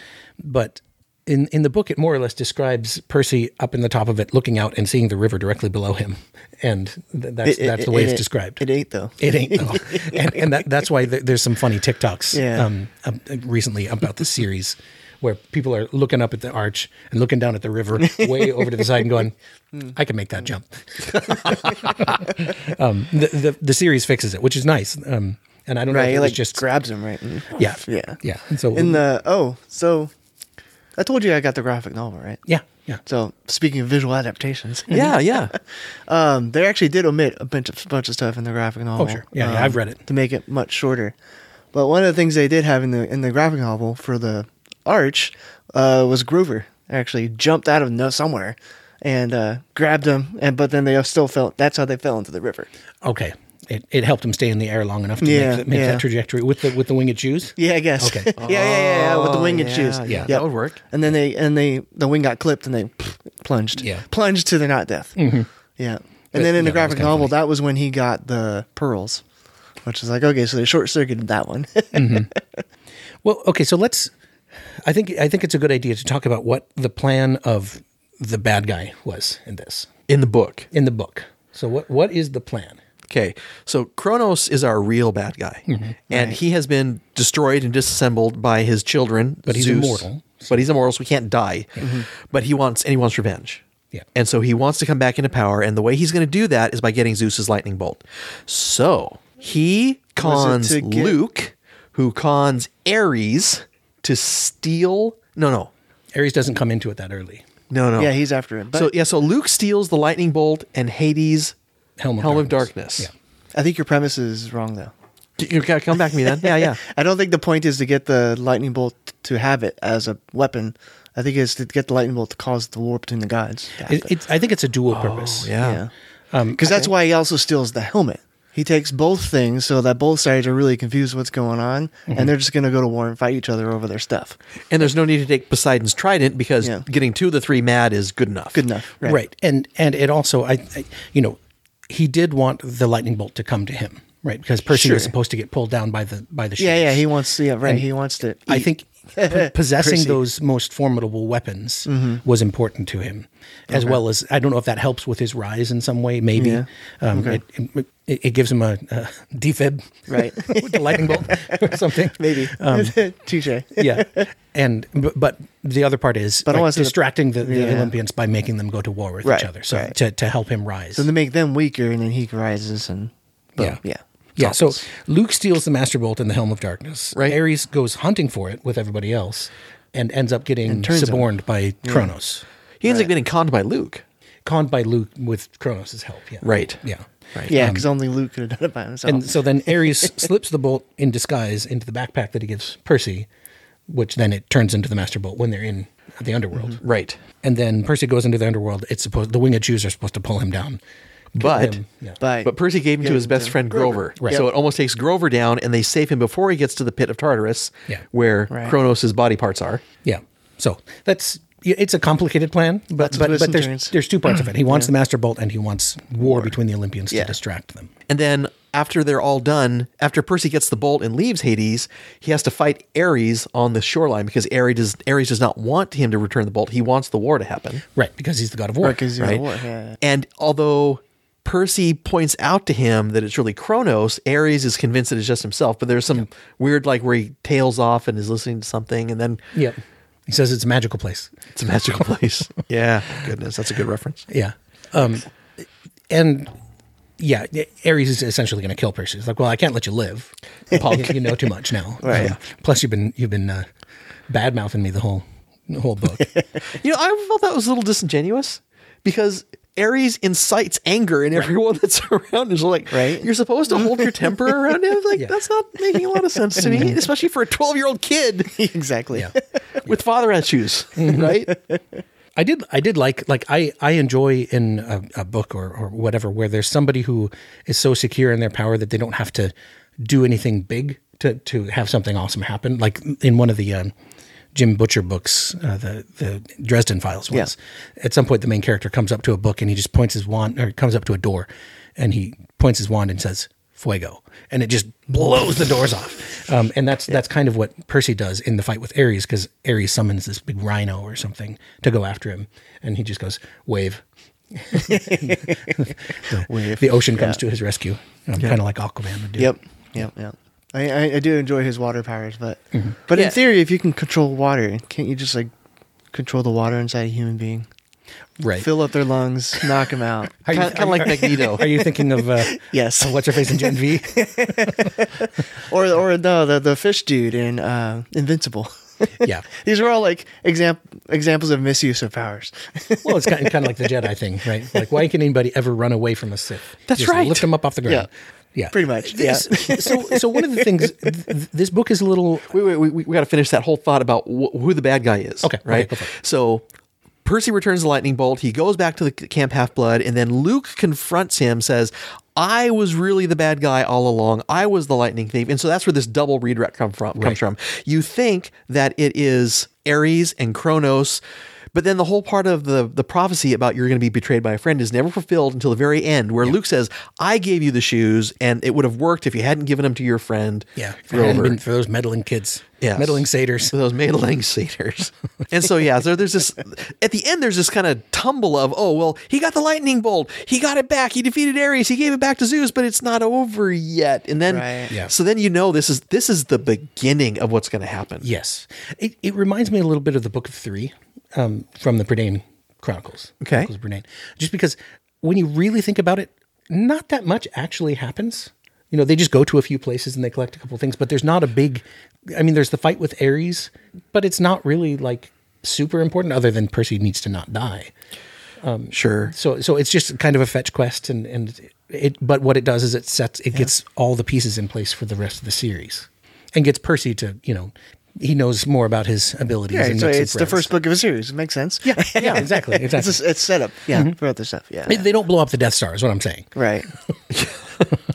Speaker 3: but in in the book, it more or less describes Percy up in the top of it, looking out and seeing the river directly below him, and th- that's
Speaker 4: It- it-
Speaker 3: that's the way
Speaker 4: it-
Speaker 3: it's
Speaker 4: it-
Speaker 3: described.
Speaker 4: It ain't though.
Speaker 3: It ain't though, and, and that, that's why there, there's some funny TikToks
Speaker 4: Yeah.
Speaker 3: um, um, recently about this series where people are looking up at the arch and looking down at the river way over to the side and going, "I can make that jump." um, the, the the series fixes it, which is nice. Um, and I don't know
Speaker 4: Right,
Speaker 3: if it
Speaker 4: he
Speaker 3: was
Speaker 4: like
Speaker 3: just
Speaker 4: just grabs him right. and-
Speaker 3: yeah,
Speaker 4: yeah,
Speaker 3: yeah. And so
Speaker 4: In the oh, so I told you I got the graphic novel right.
Speaker 3: yeah, yeah.
Speaker 4: So speaking of visual adaptations,
Speaker 5: yeah, yeah.
Speaker 4: um, they actually did omit a bunch of bunch of stuff in the graphic novel.
Speaker 3: Oh, sure. Yeah,
Speaker 4: um,
Speaker 3: yeah, I've read it.
Speaker 4: to make it much shorter. But one of the things they did have in the in the graphic novel for the arch uh, was Grover actually jumped out of no somewhere and uh, grabbed him, and but then they still fell. That's how they fell into the river.
Speaker 3: Okay, it, it helped him stay in the air long enough to
Speaker 4: Yeah,
Speaker 3: make, that, make
Speaker 4: yeah.
Speaker 3: that trajectory with the with the winged shoes.
Speaker 4: Yeah, I guess.
Speaker 3: Okay.
Speaker 4: yeah, yeah, yeah, yeah, with the winged
Speaker 5: yeah,
Speaker 4: shoes.
Speaker 5: yeah,
Speaker 4: Yep.
Speaker 5: that would work.
Speaker 4: And then they and they the wing got clipped and they plunged.
Speaker 3: Yeah.
Speaker 4: Plunged to their not death. Mm-hmm. Yeah. And then in the
Speaker 3: yeah, that was
Speaker 4: graphic
Speaker 3: kinda
Speaker 4: novel,
Speaker 3: funny.
Speaker 4: that was when he got the pearls, which is like okay, so they short circuited that one.
Speaker 3: Well, okay, so let's. I think I think it's a good idea to talk about what the plan of the bad guy was in this
Speaker 5: In the book.
Speaker 3: in the book. So what what is the plan?
Speaker 5: Okay, so Kronos is our real bad guy,
Speaker 3: Mm-hmm.
Speaker 5: and he has been destroyed and disassembled by his children. But
Speaker 3: he's
Speaker 5: Zeus,
Speaker 3: immortal.
Speaker 5: But he's immortal, so he can't die.
Speaker 4: Mm-hmm.
Speaker 5: But he wants and he wants revenge.
Speaker 3: Yeah.
Speaker 5: and so he wants to come back into power, and the way he's going to do that is by getting Zeus's lightning bolt. So he cons
Speaker 4: to get-
Speaker 5: Luke, who cons Ares to steal. No, no,
Speaker 3: Ares doesn't come into it that early.
Speaker 5: no, no.
Speaker 4: yeah, he's after him. But
Speaker 5: Oh. so yeah. So Luke steals the lightning bolt and Hades'
Speaker 3: Helm of Darkness.
Speaker 5: darkness.
Speaker 4: I think your premise is wrong though.
Speaker 5: Yeah. You gotta come back to me then. Yeah, yeah.
Speaker 4: I don't think the point is to get the lightning bolt to have it as a weapon. I think it's to get the lightning bolt to cause the war between the gods. to happen. Oh,
Speaker 3: It, it's I think it's a dual purpose.
Speaker 5: yeah.
Speaker 3: Um,
Speaker 4: Because Um, that's why he also steals the helmet. He takes both things so that both sides are really confused what's going on,
Speaker 3: Mhm.
Speaker 4: and they're just going to go to war and fight each other over their stuff.
Speaker 5: And there's no need to take Poseidon's trident because
Speaker 4: Yeah.
Speaker 5: getting two of the three mad is good enough.
Speaker 4: Good enough, right?
Speaker 3: right. And and it also I, I you know he did want the lightning bolt to come to him. right? Because Percy
Speaker 5: Sure.
Speaker 3: was supposed to get pulled down by the by the
Speaker 4: Yeah,
Speaker 3: shoes.
Speaker 4: yeah, he wants to. Yeah, right. he wants to.
Speaker 3: I
Speaker 4: eat.
Speaker 3: think p- possessing
Speaker 4: Percy. Mm-hmm.
Speaker 3: those most formidable weapons was important to him, as well as I don't know if that helps with his rise in some way. Maybe
Speaker 4: Yeah.
Speaker 3: um, it, it, it gives him a, a defib,
Speaker 4: Right.
Speaker 3: with the lightning bolt or something.
Speaker 4: maybe
Speaker 3: um,
Speaker 4: touche.
Speaker 3: yeah, and but, but the other part is
Speaker 4: But I
Speaker 3: like,
Speaker 4: wanna say the-
Speaker 3: distracting the, the
Speaker 4: Yeah.
Speaker 3: Olympians by making them go to war with
Speaker 4: Right,
Speaker 3: each other, so
Speaker 4: right.
Speaker 3: to, to help him rise.
Speaker 4: So they make them weaker, and then he rises, and boom,
Speaker 3: Yeah.
Speaker 4: yeah,
Speaker 3: yeah, so Luke steals the Master Bolt and the Helm of Darkness.
Speaker 5: Right.
Speaker 3: Ares goes hunting for it with everybody else, and ends up getting
Speaker 4: turns him.
Speaker 3: suborned by Kronos,
Speaker 5: He ends up getting conned by Luke.
Speaker 3: conned by Luke with Kronos' help. Yeah.
Speaker 5: Right.
Speaker 3: Yeah.
Speaker 5: Right. Oh.
Speaker 4: yeah, because only Luke could have done it by himself.
Speaker 3: um, And so then Ares slips the bolt in disguise into the backpack that he gives Percy, which then it turns into the Master Bolt when they're in the underworld.
Speaker 5: Mm-hmm. Right.
Speaker 3: And then Percy goes into the underworld. It's supposed the winged Jews are supposed to pull him down. Kill
Speaker 5: But-
Speaker 3: him. Yeah.
Speaker 4: but,
Speaker 5: But Percy gave him to
Speaker 4: Yeah,
Speaker 5: his best
Speaker 4: to
Speaker 5: friend Grover.
Speaker 3: Right.
Speaker 5: So it almost takes Grover down and they save him before he gets to the pit of Tartarus
Speaker 3: Yeah.
Speaker 5: where
Speaker 4: Right.
Speaker 5: Kronos' body parts are.
Speaker 3: Yeah. So that's yeah, it's a complicated plan, but
Speaker 4: Lots of
Speaker 3: but,
Speaker 4: twists
Speaker 3: but
Speaker 4: and
Speaker 3: there's
Speaker 4: turns.
Speaker 3: there's two parts of it. He wants the Master Bolt, and he wants war, between the Olympians
Speaker 4: Yeah.
Speaker 3: to distract them.
Speaker 5: And then after they're all done, after Percy gets the bolt and leaves Hades, he has to fight Ares on the shoreline because Ares does Ares does not want him to return the bolt. He wants the war to happen.
Speaker 3: Right, because he's the god of war.
Speaker 4: because you're
Speaker 5: Right.
Speaker 4: war. Oh, Yeah.
Speaker 5: And although Percy points out to him that it's really Kronos, Ares is convinced that it's just himself. But there's some weird like where he tails off and is listening to something and then
Speaker 3: Yep. He says it's a magical place.
Speaker 5: it's a magical place. yeah. Goodness, that's a good reference.
Speaker 3: Yeah. Um, and yeah, Ares is essentially going to kill Percy. He's like, well, I can't let you live. You, you know too much now.
Speaker 4: Right.
Speaker 3: Um, plus, you've been you've been uh, bad mouthing me the whole the whole book.
Speaker 5: You know, I felt that was a little disingenuous because Ares incites anger in everyone that's around. Is like,
Speaker 4: Right.
Speaker 5: You're supposed to hold your temper around him. Like, that's not making a lot of sense to me, especially for a 12 year old kid
Speaker 4: exactly. Mm-hmm.
Speaker 3: yeah.
Speaker 5: with father issues, right?
Speaker 3: I did. I did like like I I enjoy in a, a book or or whatever where there's somebody who is so secure in their power that they don't have to do anything big to to have something awesome happen. Like in one of the um, Jim Butcher books, uh, the the Dresden Files ones. At some point, the main character comes up to a book and he just points his wand or comes up to a door, and he points his wand and says "Fuego," and it just blows the doors off. Um, and that's that's kind of what Percy does in the fight with Ares because Ares summons this big rhino or something to go after him, and he just goes "Wave." the, the ocean comes to his rescue, um, kind of like Aquaman would do.
Speaker 4: Yep. Yep. Yep. I, I, I do enjoy his water powers, but
Speaker 3: Mm-hmm.
Speaker 4: but
Speaker 5: Yeah.
Speaker 4: in theory, if you can control water, can't you just like control the water inside a human being?
Speaker 3: right.
Speaker 4: Fill up their lungs, knock them out.
Speaker 3: Are you-
Speaker 5: Kind of like Magneto.
Speaker 3: Are you thinking of uh,
Speaker 4: Yes.
Speaker 3: of what's her face in Gen V?
Speaker 4: Or or no, the the fish dude in uh, Invincible.
Speaker 3: yeah.
Speaker 4: These are all like exam- examples of misuse of powers.
Speaker 3: Well, it's kind of, kind of like the Jedi thing, right? Like, why can anybody ever run away from a Sith?
Speaker 5: That's
Speaker 3: Just
Speaker 5: right.
Speaker 3: Lift them up off the ground. Yeah,
Speaker 4: Pretty much, yeah.
Speaker 3: This- so, so one of the things, th- th- this book is a little
Speaker 5: Wait, wait, we, we got to finish that whole thought about wh- who the bad guy is.
Speaker 3: Okay, okay,
Speaker 5: right.
Speaker 3: go for it.
Speaker 5: so Percy returns the lightning bolt. He goes back to the c- camp Half Blood, and then Luke confronts him, says, "I was really the bad guy all along. I was the lightning thief." And so that's where this double redirect come from comes
Speaker 3: Right.
Speaker 5: from. You think that it is Ares and Kronos. But then the whole part of the, the prophecy about you're going to be betrayed by a friend is never fulfilled until the very end, where Luke says, "I gave you the shoes, and it would have worked if you hadn't given them to your friend."
Speaker 3: yeah for,
Speaker 5: Grover."
Speaker 3: for those meddling kids,
Speaker 5: Yes.
Speaker 3: meddling satyrs.
Speaker 5: to those meddling satyrs. and so yeah, so there's this at the end there's this kind of tumble of, oh well, he got the lightning bolt, he got it back, he defeated Ares, he gave it back to Zeus, but it's not over yet. And then
Speaker 4: Right.
Speaker 3: Yeah.
Speaker 5: so then you know this is this is the beginning of what's gonna happen.
Speaker 3: Yes, it, it reminds me a little bit of the Book of Three um, from the Brennane Chronicles.
Speaker 5: Okay.
Speaker 3: Chronicles of Brennane. Just because when you really think about it, not that much actually happens. You know, they just go to a few places and they collect a couple things, but there's not a big. I mean, there's the fight with Ares, but it's not really like super important other than Percy needs to not die.
Speaker 5: Sure.
Speaker 3: So, so it's just kind of a fetch quest, and and it. But what it does is it sets it gets all the pieces in place for the rest of the series, and gets Percy to you know he knows more about his abilities.
Speaker 4: Yeah,
Speaker 3: and
Speaker 4: so
Speaker 3: makes some
Speaker 4: it's the
Speaker 3: friends.
Speaker 4: first book of a series. It makes sense. Yeah,
Speaker 3: yeah, exactly,
Speaker 4: it's
Speaker 3: exactly. Mm-hmm.
Speaker 4: a, it's set up. Yeah, for other stuff. Yeah,
Speaker 3: They- They don't blow up the Death Star, is what I'm saying.
Speaker 4: right.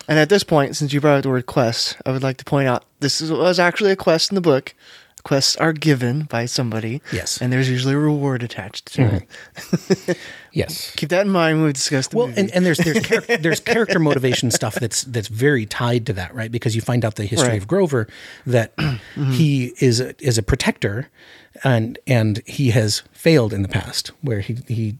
Speaker 4: and at this point, since you brought up the word quest, I would like to point out this is, was actually a quest in the book quests are given by somebody.
Speaker 3: Yes.
Speaker 4: And there's usually a reward attached to it.
Speaker 3: Yes.
Speaker 4: Keep that in mind when we discuss the
Speaker 3: Well,
Speaker 4: movie.
Speaker 3: and, and there's there's, char- there's character motivation stuff that's that's very tied to that, right? Because you find out the history
Speaker 4: Right.
Speaker 3: of Grover that he is a, is a protector, and and he has failed in the past where he he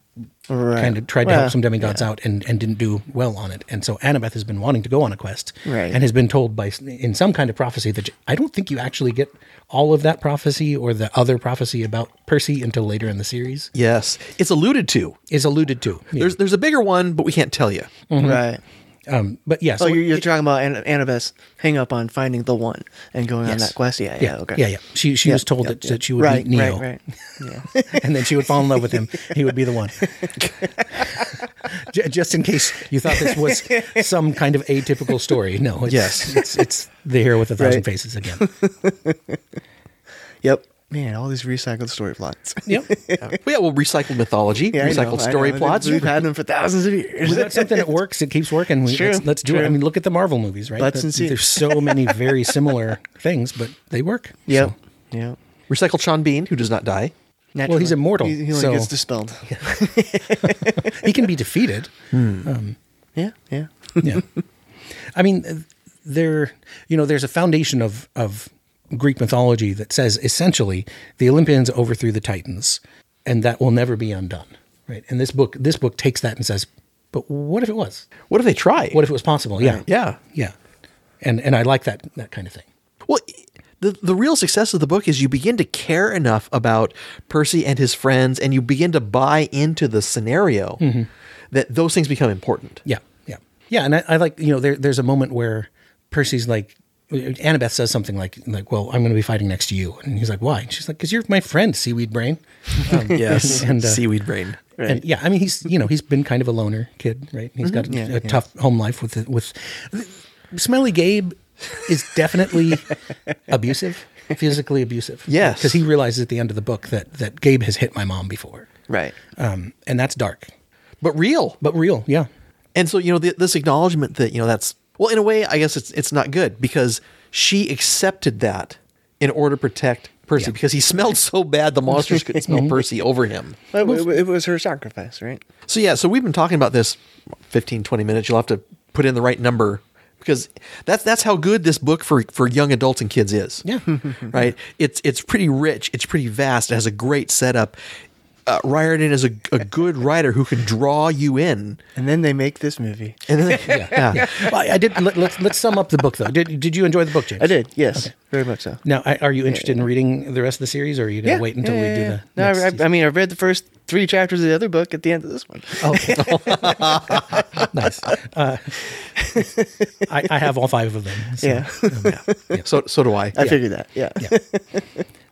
Speaker 4: Right.
Speaker 3: kind of tried to
Speaker 4: Well,
Speaker 3: help some demigods out and, and didn't do well on it, and so Annabeth has been wanting to go on a quest,
Speaker 4: Right.
Speaker 3: and has been told by s- in some kind of prophecy that j- I don't think you actually get all of that prophecy or the other prophecy about Percy until later in the series
Speaker 5: Yes, it's alluded to.
Speaker 3: is alluded to. Yeah.
Speaker 5: There's there's a bigger one, but we can't tell you.
Speaker 3: mm-hmm.
Speaker 4: right.
Speaker 3: um, but yes,
Speaker 4: Oh, you're, you're talking about An- Annabeth's hang up on finding the one and going on
Speaker 3: Yes.
Speaker 4: that quest. Yeah, yeah,
Speaker 3: yeah,
Speaker 4: okay.
Speaker 3: yeah, yeah. She she was told that, that she would
Speaker 4: right,
Speaker 3: meet Neo,
Speaker 4: right, right. Yeah.
Speaker 3: and then she would fall in love with him. He would be the one. J- Just in case you thought this was some kind of atypical story, no. It's,
Speaker 5: Yes.
Speaker 3: it's, it's the hero with a thousand
Speaker 4: Right.
Speaker 3: faces again.
Speaker 4: yep. Man, all these recycled story plots.
Speaker 3: Yep.
Speaker 5: Well, yeah, well, recycled mythology,
Speaker 4: Yeah, I know,
Speaker 5: recycled
Speaker 4: I
Speaker 5: story
Speaker 4: know.
Speaker 5: plots.
Speaker 4: We've had them for thousands of years.
Speaker 3: We got something that works. It keeps working. We,
Speaker 4: True,
Speaker 3: let's, let's do it. I
Speaker 4: true.
Speaker 3: mean, look at the Marvel movies, right?
Speaker 4: Butts and
Speaker 3: That-
Speaker 4: seats.
Speaker 3: There's so many very similar things, but they work.
Speaker 4: Yep. Yep.
Speaker 5: Recycled Sean Bean, who does not die.
Speaker 4: Naturally.
Speaker 3: he's immortal,
Speaker 4: He, he only
Speaker 3: so-
Speaker 4: gets dispelled. Yeah.
Speaker 3: He can be defeated.
Speaker 4: Yeah.
Speaker 3: yeah. I mean, there, you know, there's a foundation of, of Greek mythology that says essentially the Olympians overthrew the Titans and that will never be undone. Right. And this book, this book takes that and says, but what if it was?
Speaker 5: What if they try?
Speaker 3: What if it was possible? Yeah.
Speaker 5: Yeah.
Speaker 3: Yeah. And, and I like that, that kind of thing.
Speaker 5: Well, the the real success of the book is you begin to care enough about Percy and his friends, and you begin to buy into the scenario
Speaker 3: Mm-hmm.
Speaker 5: that those things become important.
Speaker 3: Yeah, yeah, yeah. And I, I like you know there, there's a moment where Percy's like Annabeth says something like like Well, I'm going to be fighting next to you, and he's like, Why? And she's like, Because you're my friend, seaweed brain. Um, and, uh,
Speaker 5: seaweed brain.
Speaker 3: and yeah, I mean he's you know he's been kind of a loner kid, right? He's got a,
Speaker 4: Mm-hmm. Yeah,
Speaker 3: a
Speaker 4: yeah.
Speaker 3: tough home life with with Smelly Gabe is definitely abusive, physically abusive.
Speaker 5: Yes.
Speaker 3: because he realizes at the end of the book that that Gabe has hit my mom before,
Speaker 4: Right.
Speaker 3: um, and that's dark
Speaker 5: But real.
Speaker 3: but real. Yeah,
Speaker 5: And so, you know, th this acknowledgement that, you know, that's, well, in a way, I guess it's, it's not good because she accepted that in order to protect Percy because he smelled so bad the monsters couldn't
Speaker 3: Mm-hmm.
Speaker 5: smell Percy over him.
Speaker 4: But it, wa- it was her sacrifice, right?
Speaker 5: So, yeah, so we've been talking about this 15, 20 minutes. You'll have to put in the right number because that's that's how good this book for for young adults and kids is.
Speaker 3: Yeah.
Speaker 5: right? It's it's pretty rich, it's pretty vast, it has a great setup. Uh, Riordan is a, a good writer who can draw you in.
Speaker 4: And then they make this movie.
Speaker 5: And then, yeah.
Speaker 3: Well, I I did. Let, let's let's sum up the book though. Did did you enjoy the book, James?
Speaker 4: I did. Yes. Very much so.
Speaker 3: Now, I, are you interested in reading the rest of the series, or are you going to wait until
Speaker 4: yeah,
Speaker 3: we do
Speaker 4: yeah,
Speaker 3: the?
Speaker 4: yeah.
Speaker 3: next
Speaker 4: No, I, I mean, I read the first three chapters of the other book at the end of this one.
Speaker 3: season? Oh. nice. Uh, I, I have all five of them. So,
Speaker 4: Yeah.
Speaker 5: So so do I.
Speaker 4: I figured that. Yeah.
Speaker 3: yeah.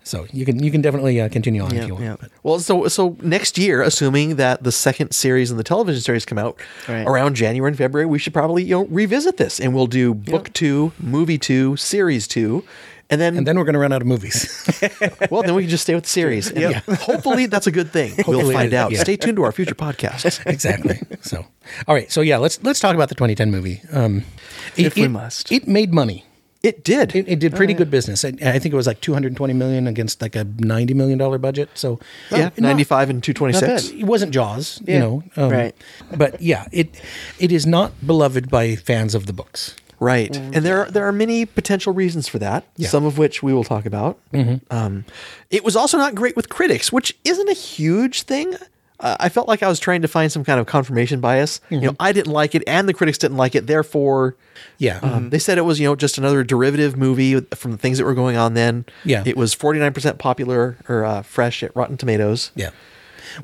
Speaker 3: So you can you can definitely uh, continue on
Speaker 4: Yeah,
Speaker 3: if you want.
Speaker 4: yeah.
Speaker 3: But
Speaker 5: Well, so so next year, assuming that the second series and the television series come out
Speaker 4: Right.
Speaker 5: around January and February, we should probably you know revisit this and we'll do book two, movie two, series two, and then,
Speaker 3: and then we're going to run out of movies.
Speaker 5: well then we can just stay with the series. And Hopefully that's a good thing. we'll
Speaker 3: Hopefully,
Speaker 5: find out.
Speaker 3: yeah.
Speaker 5: Stay tuned to our future podcasts.
Speaker 3: exactly. So, all right. So yeah, let's let's talk about the 2010 movie. Um, it-
Speaker 4: If we
Speaker 3: it-
Speaker 4: must.
Speaker 3: it made money.
Speaker 5: It did.
Speaker 3: It, it did pretty good business. I, I think it was like 220 million against like a 90 million dollar budget. So
Speaker 5: yeah,
Speaker 3: not-
Speaker 5: ninety five and two twenty six.
Speaker 3: it wasn't Jaws, you
Speaker 4: Yeah,
Speaker 3: know. um,
Speaker 4: right.
Speaker 3: But yeah, it it is not beloved by fans of the books.
Speaker 5: Right. And there are, there are many potential reasons for that,
Speaker 3: Yeah. Mm-hmm.
Speaker 5: some of which we will talk about. Um, it was also not great with critics, which isn't a huge thing. Uh, I felt like I was trying to find some kind of confirmation bias. You
Speaker 3: Mm-hmm.
Speaker 5: know, I didn't like it and the critics didn't like it. Therefore,
Speaker 3: Yeah.
Speaker 5: um, they said it was, you know, just another derivative movie from the things that were going on then.
Speaker 3: Yeah.
Speaker 5: It was 49% popular or uh, fresh at Rotten Tomatoes.
Speaker 3: yeah.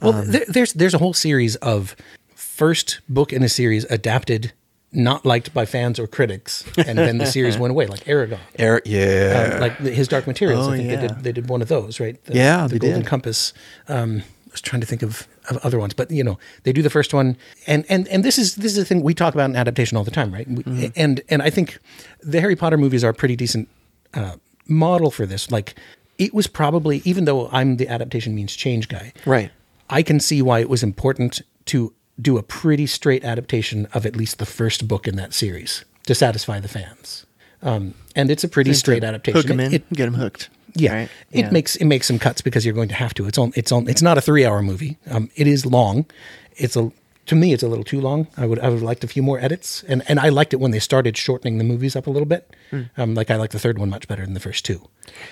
Speaker 3: Well, there, there's there's a whole series of first book in a series adapted not liked by fans or critics and then the series went away like Aragon.
Speaker 5: Eric, yeah.
Speaker 3: um, like the, his Dark Materials.
Speaker 4: Oh,
Speaker 3: I think
Speaker 4: yeah.
Speaker 3: they did they did one of those, right? The,
Speaker 5: Yeah,
Speaker 3: the
Speaker 5: they
Speaker 3: Golden
Speaker 5: did.
Speaker 3: Compass. Um, I was trying to think of, of other ones, but you know, they do the first one, and and and this is this is the thing we talk about in adaptation all the time, right? We,
Speaker 5: Mm-hmm.
Speaker 3: And and I think the Harry Potter movies are a pretty decent uh, model for this. Like, it was probably even though I'm the adaptation means change guy,
Speaker 5: Right.
Speaker 3: I can see why it was important to do a pretty straight adaptation of at least the first book in that series to satisfy the fans. Um, and it's a pretty straight adaptation.
Speaker 4: Hook them in,
Speaker 3: It- it-
Speaker 4: get them hooked.
Speaker 3: yeah,
Speaker 4: right?
Speaker 3: it
Speaker 4: Yeah.
Speaker 3: makes it makes some cuts because you're going to have to. It's on. It's on. It's not a three hour movie. Um, it is long. It's a to me, it's a little too long. I would I would have liked a few more edits, and and I liked it when they started shortening the movies up a little bit.
Speaker 4: Hmm.
Speaker 3: Um, like I like the third one much better than the first two.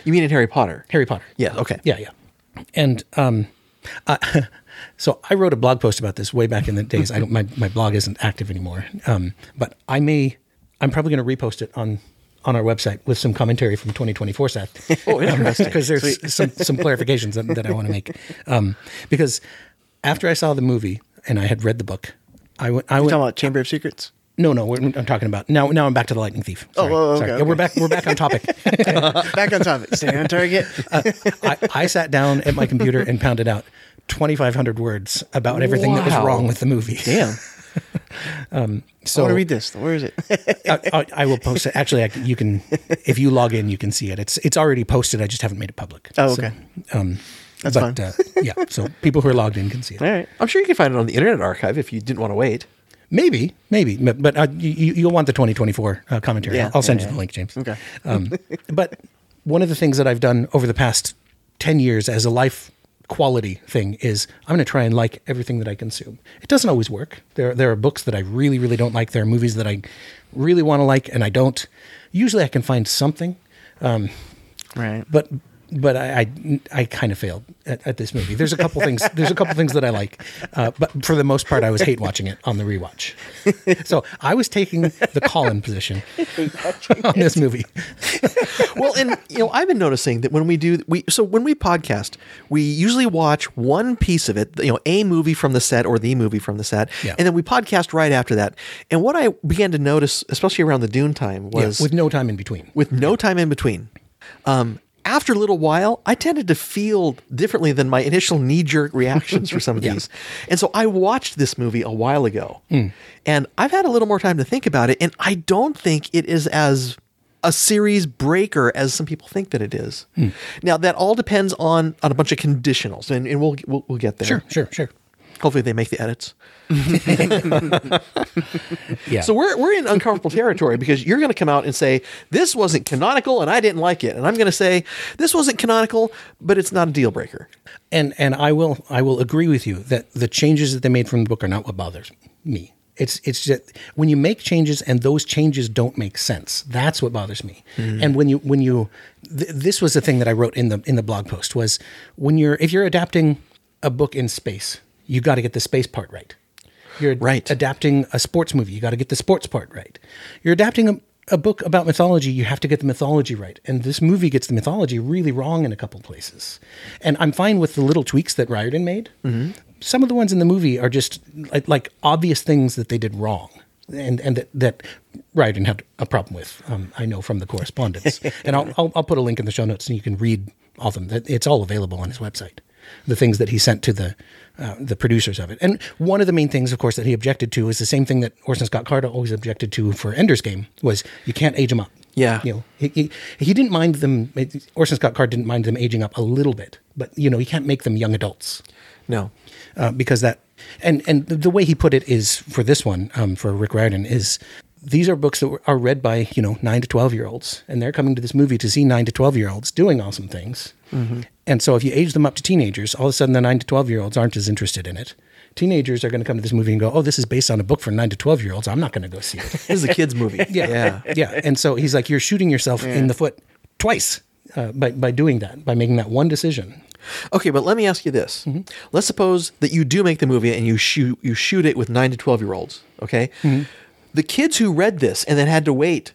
Speaker 5: You mean in Harry Potter?
Speaker 3: Harry Potter.
Speaker 5: Yeah, okay.
Speaker 3: Yeah, yeah. And um, I, so I wrote a blog post about this way back in the days. I don't. My, my blog isn't active anymore. Um, but I may. I'm probably going to repost it on on our website with some commentary from 2024, Seth.
Speaker 5: Oh, interesting.
Speaker 3: because there's some some clarifications that, that I want to make. Um, because after I saw the movie and I had read the book, I went. I
Speaker 4: You
Speaker 3: went.
Speaker 4: talking about Chamber of Secrets?
Speaker 3: no, no. We're, I'm talking about now. Now I'm back to the lightning thief. Sorry,
Speaker 4: oh, okay,
Speaker 3: sorry.
Speaker 4: okay.
Speaker 3: We're back. We're back on topic. Uh,
Speaker 4: Back on topic. Stay on target.
Speaker 3: I, I sat down at my computer and pounded out 2,500 words about everything that was
Speaker 5: Wow.
Speaker 3: wrong with the movie.
Speaker 4: Damn. I
Speaker 3: So
Speaker 4: want to read this. Where is it?
Speaker 3: I, I, I will post it. Actually, I, can- you can, if you log in, you can see it. It's it's already posted. I just haven't made it public.
Speaker 4: Oh, okay.
Speaker 3: So, um,
Speaker 4: That's
Speaker 3: but,
Speaker 4: fine.
Speaker 3: Uh, yeah. So people who are logged in can see it.
Speaker 4: All right.
Speaker 5: I'm sure you can find it on the Internet Archive if you didn't want to wait.
Speaker 3: Maybe, maybe, but, but uh, you, you- you'll want the 2024 uh, commentary.
Speaker 4: Yeah,
Speaker 3: I'll, I'll send
Speaker 4: yeah,
Speaker 3: you the link, James.
Speaker 4: Okay.
Speaker 3: Um, but one of the things that I've done over the past 10 years as a life quality thing is I'm going to try and like everything that I consume. It doesn't always work. There, there are books that I really, really don't like. There are movies that I really want to like and I don't. Usually I can find something,
Speaker 4: Right.
Speaker 3: but but I I, I kind of failed at, at this movie. There's a couple things. There's a couple things that I like, uh, but for the most part, I was hate watching it on the rewatch. So I was taking the Colin position on this movie.
Speaker 5: well, and you know, I've been noticing that when we do we so when we podcast, we usually watch one piece of it, you know, a movie from the set or the movie from the set,
Speaker 3: Yeah.
Speaker 5: and then we podcast right after that. And what I began to notice, especially around the Dune time,
Speaker 3: Yeah,
Speaker 5: was
Speaker 3: with no time in between.
Speaker 5: with no time in between. Um, after a little while, I tended to feel differently than my initial knee jerk reactions for some of these. And so I watched this movie a while ago. And I've had a little more time to think about it. And I don't think it is as a series breaker as some people think that it is. Now, that all depends on, on a bunch of conditionals, and, and we'll, we'll, we'll get there.
Speaker 3: Sure, sure, sure.
Speaker 5: Hopefully, they make the edits.
Speaker 3: Yeah.
Speaker 5: So we're, we're in uncomfortable territory because you're going to come out and say, this wasn't canonical and I didn't like it. And I'm going to say, this wasn't canonical, but it's not a deal breaker.
Speaker 3: and and I will I will agree with you that the changes that they made from the book are not what bothers me. It's it's that when you make changes and those changes don't make sense, that's what bothers me. And when you when you th- this was the thing that I wrote in the in the blog post was when you're if you're adapting a book in space, you got to get the space part right. You're
Speaker 5: Right.
Speaker 3: adapting a sports movie, you got to get the sports part right. You're adapting a, a book about mythology, you have to get the mythology right. And this movie gets the mythology really wrong in a couple places. And I'm fine with the little tweaks that Riordan made. Some of the ones in the movie are just like, like obvious things that they did wrong. And and that, that Riordan had a problem with, um, I know from the correspondence. and I'll, I'll I'll put a link in the show notes, and you can read all of them. That- It's all available on his website the things that he sent to the uh, the producers of it. And one of the main things, of course, that he objected to is the same thing that Orson Scott Card always objected to for Ender's Game was you can't age them up.
Speaker 5: Yeah.
Speaker 3: you know, he, he, he didn't mind them. Orson Scott Card didn't mind them aging up a little bit, but you know, he can't make them young adults
Speaker 5: No.
Speaker 3: uh, because that and and the, the way he put it is for this one um, for Rick Riordan is these are books that were, are read by you know nine to twelve year olds and they're coming to this movie to see nine to twelve year olds doing awesome things
Speaker 5: Mm-hmm.
Speaker 3: and so if you age them up to teenagers all of a sudden the nine to twelve year olds aren't as interested in it teenagers are going to come to this movie and go oh this is based on a book for nine to twelve year olds I'm not going to go see it
Speaker 5: This is a kid's movie.
Speaker 3: yeah.
Speaker 5: Yeah.
Speaker 3: Yeah. And so he's like, you're shooting yourself in the foot twice uh, by, by doing that, by making that one decision.
Speaker 5: Okay, but let me ask you this.
Speaker 3: Mm-hmm.
Speaker 5: Let's suppose that you do make the movie and you shoot, you shoot it with 9 to 12 year olds, okay?
Speaker 3: Mm-hmm.
Speaker 5: The kids who read this and then had to wait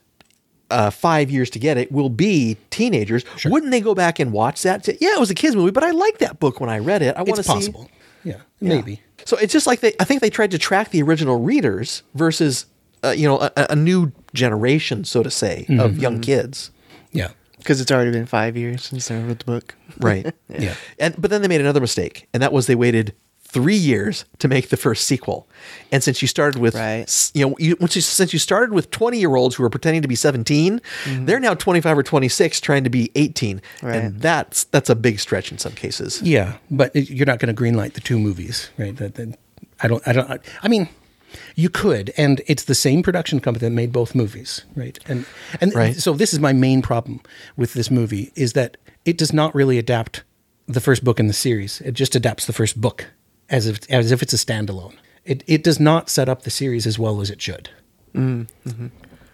Speaker 5: uh, five years to get it will be teenagers. Wouldn't they go back and watch that? Say, yeah, it was a kid's movie, but I liked that book when I read it. I want to
Speaker 3: It's
Speaker 5: see.
Speaker 3: possible. Yeah. Maybe.
Speaker 5: So it's just like they, I think they tried to track the original readers versus, uh, you know, a, a- a new generation, so to say, of young kids.
Speaker 3: Yeah.
Speaker 4: Because it's already been five years since I wrote the book.
Speaker 5: Right.
Speaker 3: Yeah.
Speaker 5: And but then they made another mistake, and that was they waited three years to make the first sequel. And since you started with,
Speaker 4: Right.
Speaker 5: s- you know, you, once you, since you started with twenty year olds who are pretending to be 17 they they're now twenty five or twenty six trying to be eighteen,
Speaker 4: Right.
Speaker 5: and that's that's a big stretch in some cases.
Speaker 3: Yeah, but it- you're not going to greenlight the two movies, right? That, that- I don't. I don't. I mean, You could, and it's the same production company that made both movies, right? And and
Speaker 5: Right.
Speaker 3: so this is my main problem with this movie is that it does not really adapt the first book in the series. It just adapts the first book as if as if it's a standalone. It it does not set up the series as well as it should.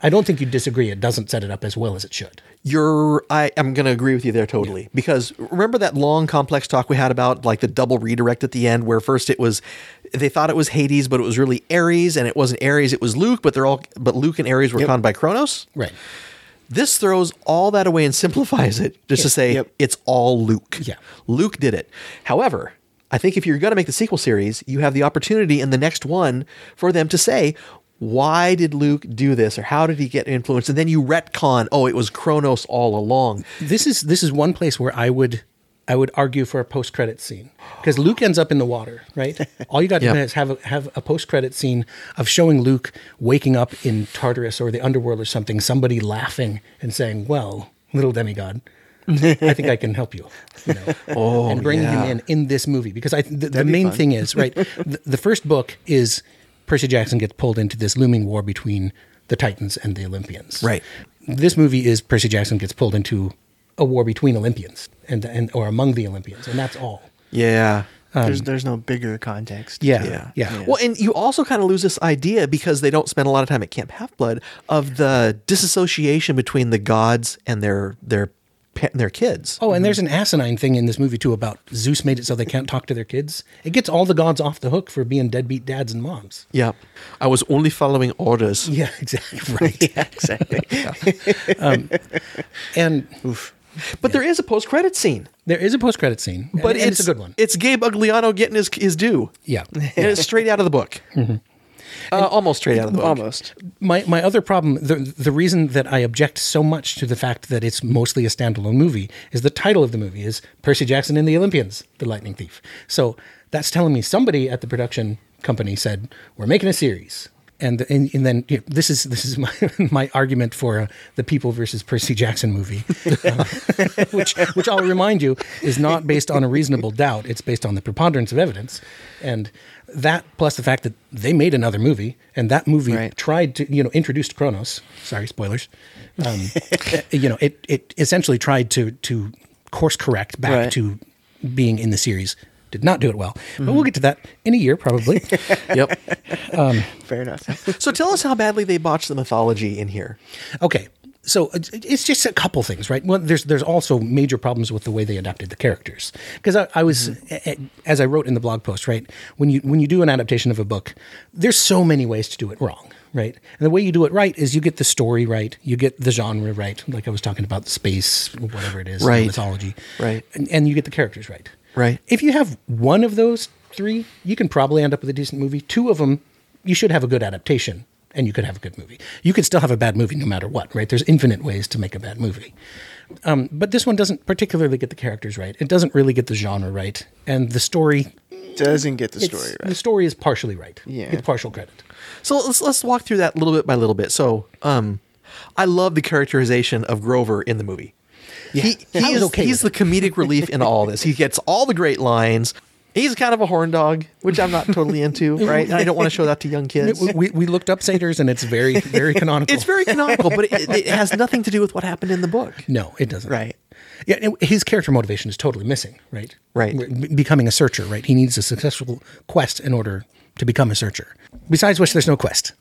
Speaker 3: I don't think you disagree. It doesn't set it up as well as it should.
Speaker 5: You're, I, I'm going to agree with you there totally. Because remember that long, complex talk we had about like the double redirect at the end, where first it was, they thought it was Hades, but it was really Ares, and it wasn't Ares, it was Luke, but they're all, but Luke and Ares were conned by Kronos.
Speaker 3: Right.
Speaker 5: This throws all that away and simplifies it just to say
Speaker 4: Yep.
Speaker 5: it's all Luke.
Speaker 3: Yeah.
Speaker 5: Luke did it. However, I think if you're going to make the sequel series, you have the opportunity in the next one for them to say, why did Luke do this or how did he get influenced? And then you retcon, oh, it was Kronos all along.
Speaker 3: This is this is one place where I would I would argue for a post credit scene because Luke ends up in the water, right? All you got to
Speaker 5: Yeah.
Speaker 3: do is have a, have a post credit scene of showing Luke waking up in Tartarus or the underworld or something. Somebody laughing and saying, "Well, little demigod." I think I can help you. you know, and bringing
Speaker 5: Oh, yeah.
Speaker 3: him in in this movie because I the, the main thing is right. the, the first book is Percy Jackson gets pulled into this looming war between the Titans and the Olympians.
Speaker 5: Right.
Speaker 3: This movie is Percy Jackson gets pulled into a war between Olympians and, and or among the Olympians, and that's all.
Speaker 5: Yeah.
Speaker 4: there's there's no bigger context.
Speaker 5: Yeah.
Speaker 3: Yeah. Yeah.
Speaker 5: Well, and you also kind of lose this idea because they don't spend a lot of time at Camp Half Blood of the disassociation between the gods and their their pe- their kids.
Speaker 3: Oh, and there's an asinine thing in this movie too about Zeus made it so they can't talk to their kids. It gets all the gods off the hook for being deadbeat dads and moms.
Speaker 5: Yeah. I was only following orders.
Speaker 3: Yeah, exactly. Right.
Speaker 4: exactly.
Speaker 3: And
Speaker 5: But there is a post credit scene.
Speaker 3: there is a post credit scene,
Speaker 5: But
Speaker 3: and it's, a good one.
Speaker 5: It's Gabe Ugliano getting his his due.
Speaker 3: yeah. Mm-hmm.
Speaker 5: And it's straight out of the book. Uh, almost straight out of the book.
Speaker 4: Almost.
Speaker 3: my my other problem the the reason that I object so much to the fact that it's mostly a standalone movie is the title of the movie is Percy Jackson and the Olympians the Lightning Thief. So that's telling me somebody at the production company said we're making a series. And, and, and then you know, this is this is my, my argument for uh, the People versus Percy Jackson movie, um, which which I'll remind you is not based on a reasonable doubt. It's based on the preponderance of evidence, and that plus the fact that they made another movie, and that movie
Speaker 4: Right.
Speaker 3: tried to you know introduced Kronos. Sorry, spoilers. Um, you know, it it essentially tried to to course correct back
Speaker 4: Right.
Speaker 3: to being in the series. Did not do it well, but
Speaker 4: Mm-hmm.
Speaker 3: we'll get to that in a year probably.
Speaker 5: Yep.
Speaker 4: Fair enough.
Speaker 5: so tell us how badly they botched the mythology in here.
Speaker 3: okay, so it- it's just a couple things, right? Well, there's there's also major problems with the way they adapted the characters because I, I was
Speaker 5: Mm-hmm.
Speaker 3: a- a- as I wrote in the blog post, right? When you when you do an adaptation of a book, there's so many ways to do it wrong. Right. And the way you do it right is you get the story right, you get the genre right, like I was talking about space, whatever it is,
Speaker 5: Right.
Speaker 3: mythology.
Speaker 5: Right.
Speaker 3: And, and you get the characters right.
Speaker 5: Right.
Speaker 3: If you have one of those three, you can probably end up with a decent movie. Two of them, you should have a good adaptation and you could have a good movie. You could still have a bad movie no matter what, right? There's infinite ways to make a bad movie. Um, but this one doesn't particularly get the characters right. It doesn't really get the genre right. And the story,
Speaker 4: Doesn't get the
Speaker 3: it's-
Speaker 4: story
Speaker 3: the
Speaker 4: right.
Speaker 3: story is partially right.
Speaker 4: Yeah.
Speaker 3: It's partial credit.
Speaker 5: So let's let's walk through that little bit by little bit. So, um, I love the characterization of Grover in the movie. He,
Speaker 3: I
Speaker 5: he
Speaker 3: was
Speaker 5: is
Speaker 3: okay
Speaker 5: he's the
Speaker 3: with
Speaker 5: comedic relief in all this. He gets all the great lines. He's kind of a horn dog, which I'm not totally into, right? And I don't want to show that to young kids.
Speaker 3: We- We, we looked up satyrs and it's very, very canonical.
Speaker 5: It's very canonical, but it, it has nothing to do with what happened in the book.
Speaker 3: No, it doesn't.
Speaker 5: Right.
Speaker 3: Yeah, and his character motivation is totally missing. Right.
Speaker 5: Right.
Speaker 3: Be- becoming a searcher. Right. He needs a successful quest in order to become a searcher. Besides which, there's no quest.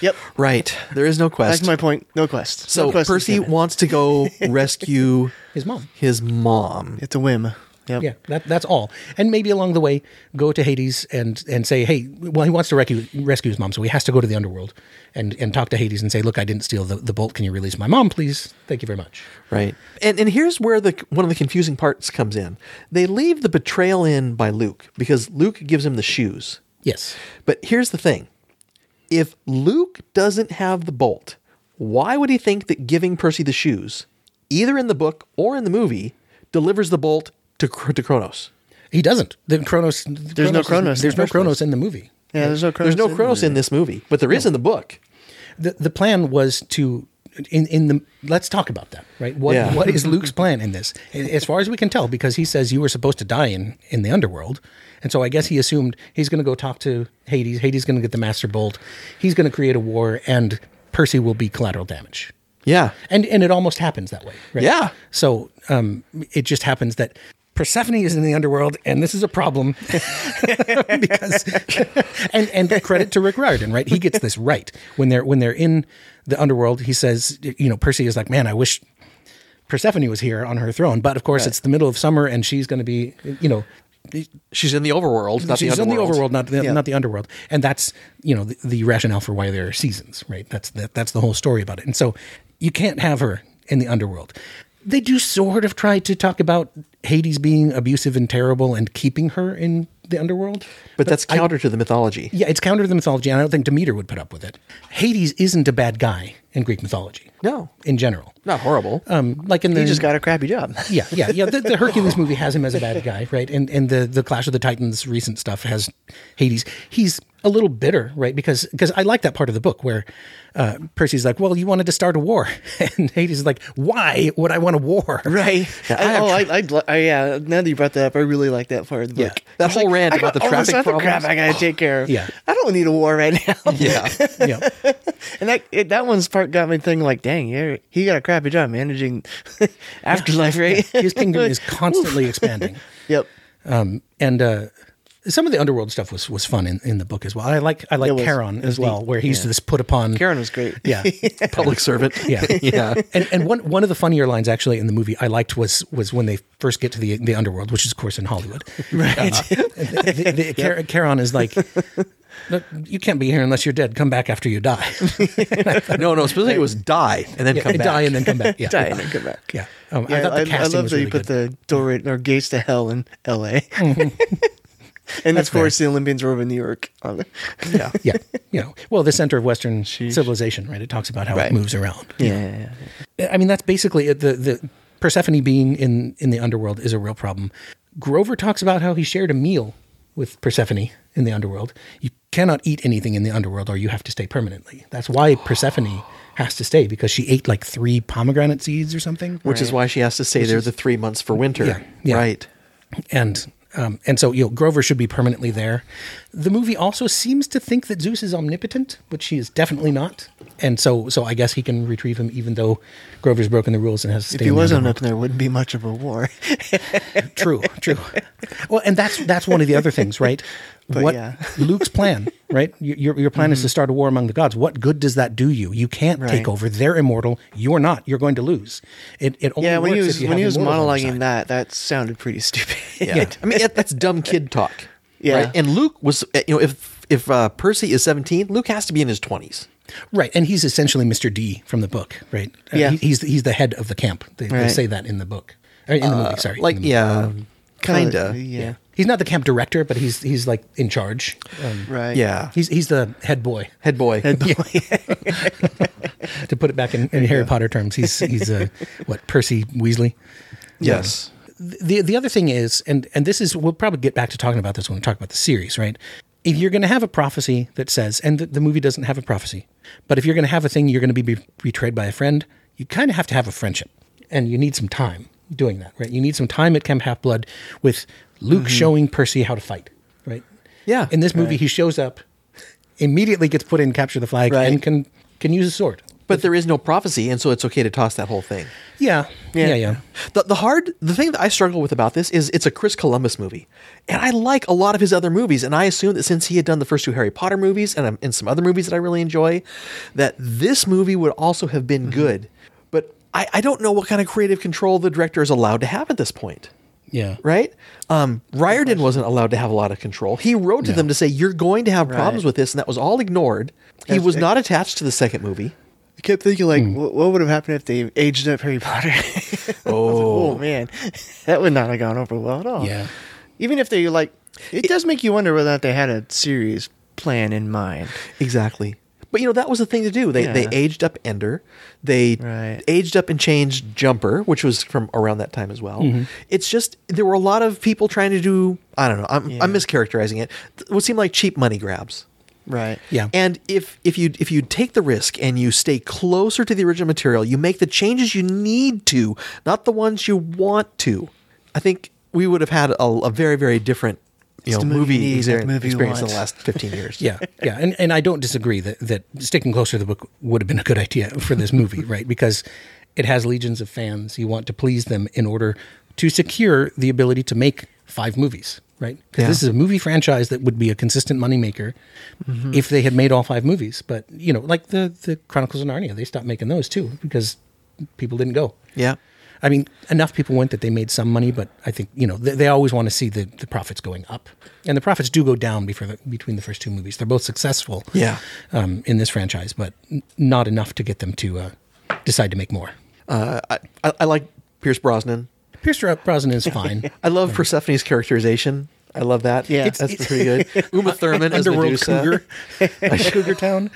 Speaker 4: Yep.
Speaker 5: Right. There is no quest.
Speaker 4: That's my point. No quest.
Speaker 5: so
Speaker 4: no quest is
Speaker 5: Percy
Speaker 4: given.
Speaker 5: wants to go rescue
Speaker 3: His mom.
Speaker 5: his mom.
Speaker 4: It's a whim. Yep.
Speaker 3: Yeah. That, that's all. And maybe along the way, go to Hades and and say, hey, well, he wants to rescue rescue his mom, so he has to go to the underworld and and talk to Hades and say, look, I didn't steal the, the bolt. Can you release my mom, please? Thank you very much.
Speaker 5: Right. And and here's where the one of the confusing parts comes in. They leave the betrayal in by Luke because Luke gives him the shoes.
Speaker 3: Yes.
Speaker 5: But here's the thing. If Luke doesn't have the bolt, why would he think that giving Percy the shoes, either in the book or in the movie, delivers the bolt to Kr- to Kronos?
Speaker 3: He doesn't. Then Kronos. There's
Speaker 4: no Kronos
Speaker 3: There's
Speaker 4: in the
Speaker 3: no
Speaker 4: first place.
Speaker 3: Kronos in the movie.
Speaker 4: Yeah, there's no Kronos.
Speaker 5: There's no Kronos in this movie, but there is in the book.
Speaker 3: the the plan was to in in the let's talk about that, right? What
Speaker 5: Yeah.
Speaker 3: what is Luke's plan in this? As far as we can tell, because he says you were supposed to die in in the underworld, and so I guess he assumed he's going to go talk to Hades. Hades going to get the Master Bolt. He's going to create a war, and Percy will be collateral damage.
Speaker 5: Yeah.
Speaker 3: And and it almost happens that way. Right?
Speaker 5: Yeah.
Speaker 3: So um, it just happens that Persephone is in the underworld, and this is a problem because and and credit to Rick Riordan, right? He gets this right when they're when they're in the underworld. He says, you know, Percy is like, man, I wish Persephone was here on her throne, but of course it's the middle of summer, and she's going to be, you know.
Speaker 5: She's in the overworld, not
Speaker 3: she's
Speaker 5: the
Speaker 3: in the overworld,
Speaker 5: underworld.
Speaker 3: not the,
Speaker 4: Yeah.
Speaker 3: not the underworld, and that's you know the, the rationale for why there are seasons, right? That's that, that's the whole story about it. And so you can't have her in the underworld. They do sort of try to talk about Hades being abusive and terrible and keeping her in the underworld,
Speaker 5: But that's counter to the mythology.
Speaker 3: yeah, it's counter to the mythology, and I don't think Demeter would put up with it. Hades isn't a bad guy in Greek mythology.
Speaker 5: No.
Speaker 3: in general,
Speaker 5: Not horrible.
Speaker 3: um, like in the
Speaker 4: He just got a crappy job.
Speaker 3: yeah, yeah, yeah. The, the Hercules movie has him as a bad guy, right? And and the the Clash of the Titans recent stuff has Hades. He's a little bitter, right? Because because I like that part of the book where uh, Percy's like, "Well, you wanted to start a war," and Hades is like, "Why would I want a war?"
Speaker 4: Right.
Speaker 5: Yeah, I
Speaker 4: I,
Speaker 5: have
Speaker 4: oh, I, I'd li- I, yeah. Now that you brought that up, I really like that part of the
Speaker 3: Yeah.
Speaker 4: book.
Speaker 5: That
Speaker 4: It's
Speaker 5: whole rant
Speaker 4: I
Speaker 5: about
Speaker 4: got
Speaker 5: the
Speaker 4: all this
Speaker 5: traffic
Speaker 4: other
Speaker 5: problems.
Speaker 4: crap I gotta take care of.
Speaker 3: Yeah.
Speaker 4: I don't need a war right now.
Speaker 5: yeah.
Speaker 3: Yeah.
Speaker 4: and that it, that one's part got me thinking like, dang, yeah, he got a crappy job managing afterlife, right?
Speaker 3: His kingdom is constantly expanding.
Speaker 4: yep.
Speaker 3: and uh, some of the underworld stuff was was fun in, in the book as well. I like I like
Speaker 4: It was-
Speaker 3: Charon
Speaker 4: it
Speaker 3: as
Speaker 4: was
Speaker 3: well,
Speaker 4: neat.
Speaker 3: where he's this put upon.
Speaker 4: Karen was great.
Speaker 3: yeah,
Speaker 5: Public servant.
Speaker 3: yeah,
Speaker 5: Yeah.
Speaker 3: And and one one of the funnier lines actually in the movie I liked was was when they first get to the the underworld, which is of course in Hollywood. Right. the, the- Char- Charon is like. "Look, You can't be here unless you're dead. Come back after you die.
Speaker 5: No, no. Specifically, it was die and then come back.
Speaker 3: die and then come back. Yeah.
Speaker 4: Die and then come back.
Speaker 3: Yeah. Um,
Speaker 4: Yeah,
Speaker 3: I thought the
Speaker 4: I,
Speaker 3: casting
Speaker 4: love
Speaker 3: was
Speaker 4: that
Speaker 3: really
Speaker 4: you put
Speaker 3: good.
Speaker 4: the door in- or gates to hell in L.A. and of course the Olympians were over New York. Um,
Speaker 5: Yeah.
Speaker 3: yeah. You know, well, the center of Western civilization, right? It talks about how
Speaker 5: Right.
Speaker 3: it moves around.
Speaker 4: yeah, yeah, yeah.
Speaker 3: I mean, that's basically it. The, the Persephone being in, in the underworld is a real problem. Grover talks about how he shared a meal with Persephone in the underworld. You cannot eat anything in the underworld or you have to stay permanently. That's why Persephone has to stay because she ate like three pomegranate seeds or something.
Speaker 5: Which is why she has to stay there the three months for winter.
Speaker 3: Yeah, yeah.
Speaker 5: Right.
Speaker 3: And, um, and so, you know, Grover should be permanently there. The movie also seems to think that Zeus is omnipotent, but she is definitely not. And so, so I guess he can retrieve him even though Grover's broken the rules and has to stay
Speaker 4: If he
Speaker 3: in the
Speaker 4: wasn't
Speaker 3: underworld.
Speaker 4: up there, wouldn't be much of a war.
Speaker 3: true, true. Well, and that's that's one of the other things, right? what
Speaker 4: yeah. Mm-hmm.
Speaker 3: Luke's plan, right? Y- Your your plan is to start a war among the gods. What good does that do you? You can't
Speaker 4: Right.
Speaker 3: take over. They're immortal. You're not. You're going to lose. It it only
Speaker 4: yeah, when
Speaker 3: works
Speaker 4: he
Speaker 3: if
Speaker 4: was
Speaker 3: you
Speaker 4: when
Speaker 3: have
Speaker 4: he was
Speaker 3: immortals on your
Speaker 4: monologuing
Speaker 3: side.
Speaker 4: that, that sounded pretty stupid.
Speaker 5: Yeah. I mean, that- that's dumb kid talk.
Speaker 4: Yeah.
Speaker 5: Right? And Luke was, uh, you know, if if uh, Percy is 17, Luke has to be in his 20s.
Speaker 3: right? And he's essentially Mr. D from the book, right? Uh,
Speaker 4: Yeah.
Speaker 3: he- he's he's the head of the camp. They, they
Speaker 4: Right.
Speaker 3: say that in the book, Uh, in the movie. Sorry, in
Speaker 5: Like,
Speaker 3: the movie.
Speaker 5: yeah, kind of.
Speaker 4: Yeah.
Speaker 3: He's not the camp director, but he's he's like in charge. Um,
Speaker 4: Right.
Speaker 5: Yeah.
Speaker 3: he's he's the head boy.
Speaker 5: Head boy.
Speaker 3: to put it back in, in Harry Potter terms, he's he's uh, what Percy Weasley.
Speaker 5: Yes.
Speaker 3: The the other thing is, and and this is we'll probably get back to talking about this when we talk about the series, right? If you're going to have a prophecy that says, and the, the movie doesn't have a prophecy, but if you're going to have a thing, you're going to be, be- betrayed by a friend. You kind of have to have a friendship, and you need some time doing that, right? You need some time at Camp Half Blood with Luke showing Percy how to fight, right?
Speaker 5: Yeah.
Speaker 3: In this movie, Mm-hmm. he shows up, immediately gets put in capture the flag,
Speaker 4: Right.
Speaker 3: and can can use a sword.
Speaker 5: But there is no prophecy, and so it's okay to toss that whole thing.
Speaker 3: Yeah, yeah, yeah.
Speaker 5: The, the hard the thing that I struggle with about this is it's a Chris Columbus movie, and I like a lot of his other movies, and I assume that since he had done the first two Harry Potter movies and um, and some other movies that I really enjoy, that this movie would also have been good. But I, I don't know what kind of creative control the director is allowed to have at this point.
Speaker 3: Yeah.
Speaker 5: Right? Um, Riordan wasn't allowed to have a lot of control. He wrote to them to say, You're going to have problems with this, and that was all ignored. He was not attached to the second movie.
Speaker 4: I kept thinking like, wh- what would have happened if they aged up Harry Potter? I was like, oh man, that would not have gone over well at all.
Speaker 3: Yeah.
Speaker 4: Even if they like, it, does make you wonder whether or not they had a serious plan in mind.
Speaker 5: Exactly. But you know that was the thing to do. They they
Speaker 4: Yeah.
Speaker 5: aged up Ender, they
Speaker 4: Right.
Speaker 5: aged up and changed Jumper, which was from around that time as well.
Speaker 4: Mm-hmm.
Speaker 5: It's just there were a lot of people trying to do. I don't know. I'm I'm mischaracterizing it. Th- What seemed like cheap money grabs.
Speaker 4: Right.
Speaker 3: Yeah.
Speaker 5: And if if you if you take the risk and you stay closer to the original material, you make the changes you need to, not the ones you want to. I think we would have had a, a very very different you
Speaker 4: It's
Speaker 5: know
Speaker 4: the movie
Speaker 5: movie,
Speaker 4: you need,
Speaker 5: exer-
Speaker 4: not the movie you
Speaker 5: experience in
Speaker 4: want.
Speaker 5: the last fifteen years.
Speaker 3: yeah, yeah, and and I don't disagree that that sticking closer to the book would have been a good idea for this movie, right? Because it has legions of fans. You want to please them in order to secure the ability to make five movies, right? Because
Speaker 5: Yeah.
Speaker 3: this is a movie franchise that would be a consistent moneymaker if they had made all five movies. But you know, like the the Chronicles of Narnia, they stopped making those too because people didn't go.
Speaker 5: yeah.
Speaker 3: I mean, enough people went that they made some money, but I think you know they, they always want to see the, the profits going up, and the profits do go down before the, between the first two movies. They're both successful,
Speaker 5: Yeah.
Speaker 3: um, in this franchise, but n- not enough to get them to uh, decide to make more.
Speaker 5: Uh, I, I I like Pierce Brosnan.
Speaker 3: Pierce Bro- Brosnan is fine.
Speaker 5: I love Persephone's characterization. I love that.
Speaker 4: Yeah.
Speaker 5: that's pretty good. Uh, Uma Thurman as
Speaker 3: Underworld
Speaker 5: Medusa.
Speaker 3: Cougar, Cougar Town.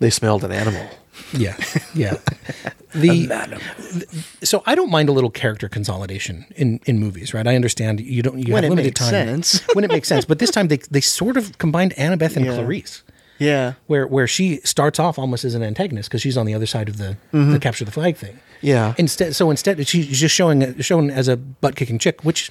Speaker 5: They smelled an animal.
Speaker 3: Yeah, yeah. The th- so I don't mind a little character consolidation in in movies, right? I understand you don't you
Speaker 4: When
Speaker 3: have
Speaker 4: it
Speaker 3: limited
Speaker 4: makes
Speaker 3: time
Speaker 4: sense.
Speaker 3: when it makes sense, but this time they they sort of combined Annabeth and
Speaker 4: Yeah.
Speaker 3: Clarice.
Speaker 4: Yeah.
Speaker 3: where where she starts off almost as an antagonist because she's on the other side of the, the capture the flag thing.
Speaker 5: Mm-hmm. Yeah.
Speaker 3: Instead, so instead she's just showing shown as a butt kicking chick, which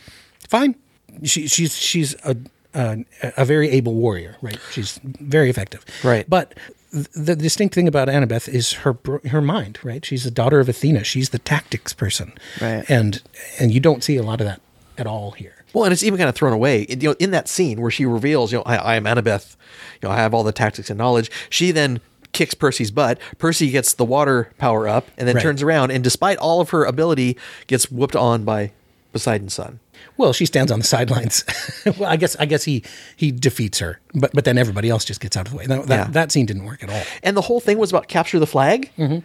Speaker 3: fine. She she's she's a a, a very able warrior, right? She's very effective,
Speaker 5: Right.
Speaker 3: But th- the distinct thing about Annabeth is her br- her mind, right? She's a daughter of Athena. She's the tactics person,
Speaker 4: Right.
Speaker 3: And and you don't see a lot of that at all here.
Speaker 5: Well, and it's even kind of thrown away. It- You know, in that scene where she reveals, you know, I, I am Annabeth. You know, I have all the tactics and knowledge. She then kicks Percy's butt. Percy gets the water power up, and then
Speaker 3: Right.
Speaker 5: turns around and, despite all of her ability, gets whooped on by Poseidon's son.
Speaker 3: Well, she stands on the sidelines. well, I guess I guess he he defeats her, but but then everybody else just gets out of the way. That that,
Speaker 5: Yeah.
Speaker 3: that scene didn't work at all.
Speaker 5: And the whole thing was about capture the flag.
Speaker 3: Mm-hmm.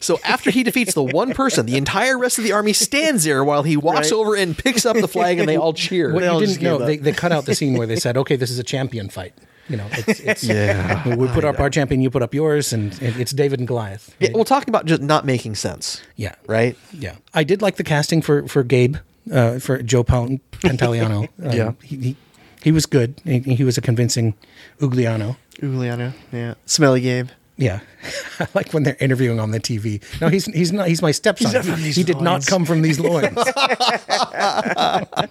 Speaker 5: So after he defeats the one person, the entire rest of the army stands there while he walks
Speaker 4: Right.
Speaker 5: over and picks up the flag, and they all cheer.
Speaker 3: What
Speaker 4: They all
Speaker 3: you
Speaker 4: just
Speaker 3: didn't know,
Speaker 4: gave
Speaker 3: they,
Speaker 4: up.
Speaker 3: they cut out the scene where they said, "Okay, this is a champion fight." You know, it's, it's,
Speaker 5: Yeah.
Speaker 3: we put up our champion, you put up yours, and it- it's David and Goliath.
Speaker 5: Yeah, well, talking about just not making sense,
Speaker 3: Yeah,
Speaker 5: right?
Speaker 3: Yeah, I did like the casting for for Gabe, uh, for Joe Pan- Pantaleano. Um,
Speaker 5: Yeah.
Speaker 3: he, he he was good. He, he was a convincing Ugliano.
Speaker 4: Uliana. Yeah. Smelly Gabe.
Speaker 3: Yeah, I like when they're interviewing on the TV. No, he's he's not. He's my stepson.
Speaker 4: not from these
Speaker 3: he did not
Speaker 4: loins.
Speaker 3: come from these loins.
Speaker 5: But,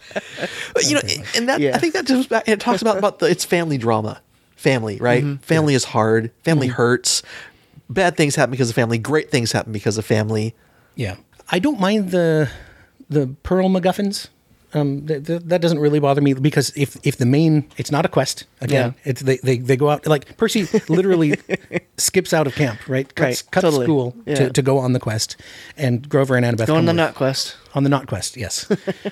Speaker 5: you know, and that I
Speaker 4: Yeah.
Speaker 5: think that just back, it talks about about the, it's family drama, family, right?
Speaker 3: Mm-hmm.
Speaker 5: Family is hard. Family hurts. Bad things happen because of family. Great things happen because of family.
Speaker 3: yeah, I don't mind the the Pearl MacGuffins. Um, th- th- that doesn't really bother me because if if the main, it's not a quest. Again,
Speaker 4: Yeah.
Speaker 3: it's they, they they go out like Percy literally skips out of camp, right? Cuts,
Speaker 4: Right,
Speaker 3: cuts
Speaker 4: totally.
Speaker 3: school
Speaker 4: Yeah.
Speaker 3: to, to go on the quest, and Grover and Annabeth
Speaker 4: Go
Speaker 3: come
Speaker 4: on the
Speaker 3: with-
Speaker 4: nut quest.
Speaker 3: on the not quest. Yes,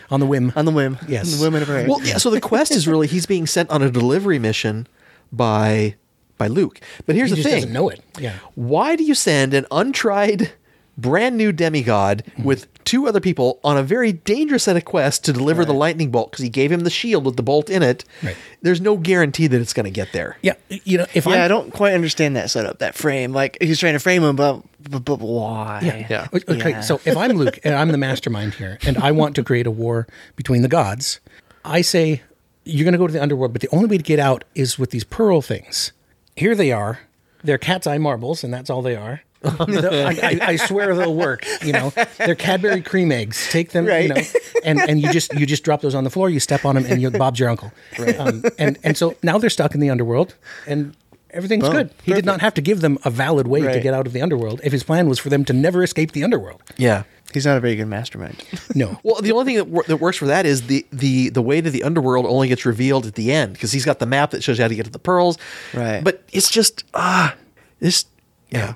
Speaker 3: on the whim.
Speaker 4: On the whim.
Speaker 3: Yes.
Speaker 4: On the whim and a prayer.
Speaker 5: Well, yeah. So the quest is really he's being sent on a delivery mission by by Luke. But here's
Speaker 3: he
Speaker 5: the
Speaker 3: just
Speaker 5: thing:
Speaker 3: doesn't know it. Yeah.
Speaker 5: Why do you send an untried, brand new demigod
Speaker 4: Hmm.
Speaker 5: with two other people on a very dangerous set of quests to deliver the lightning bolt? Because he gave him the shield with the bolt in it.
Speaker 3: Right.
Speaker 5: There's no guarantee that it's going to get there.
Speaker 3: Yeah, you know, if
Speaker 4: yeah,
Speaker 3: I'm-
Speaker 4: I don't quite understand that setup, that frame. Like he's trying to frame him, but but, but why?
Speaker 5: Yeah.
Speaker 3: O- Okay,
Speaker 4: Yeah.
Speaker 3: so if I'm Luke and I'm the mastermind here, and I want to create a war between the gods, I say you're going to go to the underworld, but the only way to get out is with these pearl things. Here they are. They're cat's eye marbles, and that's all they are. I, I, I swear they'll work. You know, they're Cadbury cream eggs. Take them, you
Speaker 4: Right.
Speaker 3: know, and and you just you just drop those on the floor. You step on them, and you, Bob's your uncle. Right. Um, and and so now they're stuck in the underworld, and everything's good. He did not have to give them a valid way to
Speaker 4: Right.
Speaker 3: get out of the underworld if his plan was for them to never escape the underworld.
Speaker 5: Yeah.
Speaker 4: He's not a very good mastermind.
Speaker 3: No.
Speaker 5: Well, the only thing that, wor- that works for that is the, the the way to the underworld only gets revealed at the end because he's got the map that shows you how to get to the pearls.
Speaker 4: Right.
Speaker 5: But it's just ah, it's yeah.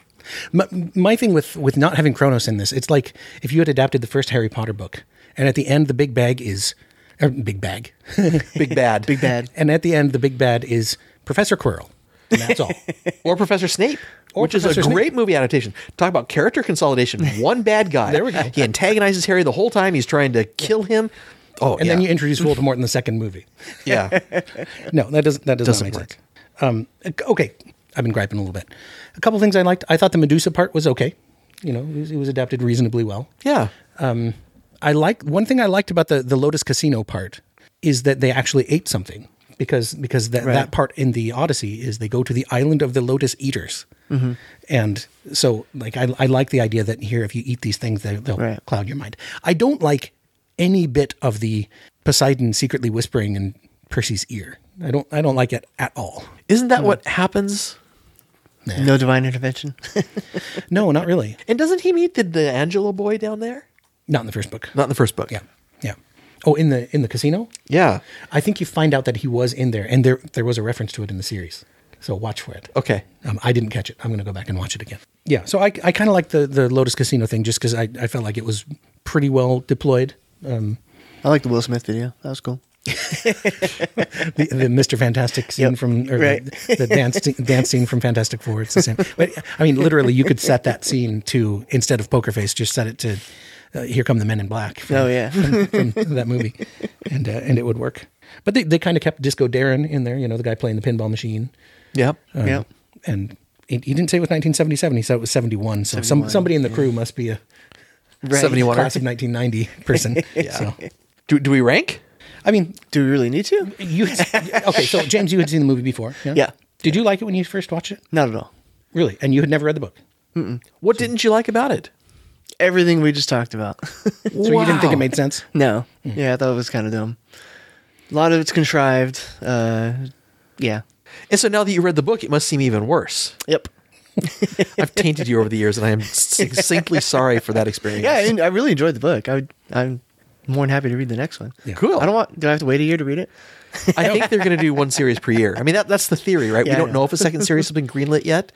Speaker 3: My, my thing with with not having Kronos in this, it's like if you had adapted the first Harry Potter book, and at the end the big bag is, or big bag,
Speaker 5: Big bad.
Speaker 4: Big bad.
Speaker 3: and at the end the big bad is Professor Quirrell. And that's all.
Speaker 5: Or Professor Snape.
Speaker 3: Or
Speaker 5: which
Speaker 3: Professor
Speaker 5: is a
Speaker 3: Snape.
Speaker 5: great movie adaptation. Talk about character consolidation. One bad guy.
Speaker 3: There we go.
Speaker 5: He antagonizes Harry the whole time. He's trying to kill him. Oh,
Speaker 3: And
Speaker 5: yeah.
Speaker 3: then you introduce Voldemort in the second movie.
Speaker 5: yeah.
Speaker 3: No, that doesn't that does
Speaker 5: Doesn't
Speaker 3: not make
Speaker 5: work.
Speaker 3: sense. Um, okay, I've been griping a little bit. A couple things I liked. I thought the Medusa part was okay. You know, it was, it was adapted reasonably well.
Speaker 5: Yeah.
Speaker 3: Um, I like one thing I liked about the the Lotus Casino part is that they actually ate something. because because that, that part in the Odyssey is they go to the island of the lotus eaters,
Speaker 5: Mm-hmm.
Speaker 3: and so like I, I like the idea that here if you eat these things they, they'll
Speaker 4: Right.
Speaker 3: cloud your mind. I don't like any bit of the Poseidon secretly whispering in Percy's ear. I don't I don't like it at all.
Speaker 5: Isn't
Speaker 3: Hmm.
Speaker 5: that what happens?
Speaker 4: No divine intervention.
Speaker 3: No, not really.
Speaker 5: And doesn't he meet the, the Angela boy down there?
Speaker 3: Not in the first book.
Speaker 5: Not in the first book.
Speaker 3: Yeah, yeah. Oh, in the in the casino.
Speaker 5: Yeah.
Speaker 3: I think you find out that he was in there, and there there was a reference to it in the series. So watch for it.
Speaker 5: Okay.
Speaker 3: Um, I didn't catch it. I'm going to go back and watch it again. Yeah. So I, I kind of like the the Lotus Casino thing just because I, I felt like it was pretty well deployed. Um,
Speaker 4: I like the Will Smith video. That was cool.
Speaker 3: the, the Mr. Fantastic scene
Speaker 4: Yep.
Speaker 3: from or
Speaker 4: Right.
Speaker 3: the, the dance dance scene from Fantastic Four. It's the same. But I mean, literally, you could set that scene to instead of Poker Face, just set it to uh, Here Come the Men in Black. from-
Speaker 4: Oh, yeah.
Speaker 3: from, from that movie, and uh, and it would work. But they, they kind of kept Disco Darren in there. You know, the guy playing the pinball machine.
Speaker 5: Yep.
Speaker 3: Um,
Speaker 4: Yep.
Speaker 3: And he, he didn't say it was 1977. He said it was 71. So some somebody in the crew must be a
Speaker 4: Right.
Speaker 5: 71.
Speaker 3: class of 1990 person. So
Speaker 5: Do, do we rank?
Speaker 3: I mean,
Speaker 4: Do we really need to?
Speaker 3: you okay? So James, you had seen the movie before.
Speaker 4: Yeah.
Speaker 3: Did you like it when you first watched it?
Speaker 4: Not at all.
Speaker 3: Really? And you had never read the book,
Speaker 5: What didn't you like about it?
Speaker 4: Everything we just talked about.
Speaker 3: so you didn't think it
Speaker 5: Wow.
Speaker 3: made sense?
Speaker 4: no. Yeah, I thought it was kind of dumb. A lot of it's contrived. Uh, yeah.
Speaker 5: And so now that you read the book, it must seem even worse.
Speaker 4: Yep.
Speaker 5: I've tainted you over the years, and I am succinctly sorry for that experience.
Speaker 4: Yeah, and I really enjoyed the book. I would, I'm more than happy to read the next one.
Speaker 5: Cool.
Speaker 4: I don't want. Do I have to wait a year to read it?
Speaker 5: I think they're going to do one series per year. I mean, that, that's the theory, right?
Speaker 4: Yeah,
Speaker 5: we
Speaker 4: I
Speaker 5: don't
Speaker 4: know.
Speaker 5: know.
Speaker 4: Mm-hmm.
Speaker 5: if a second series has been greenlit yet.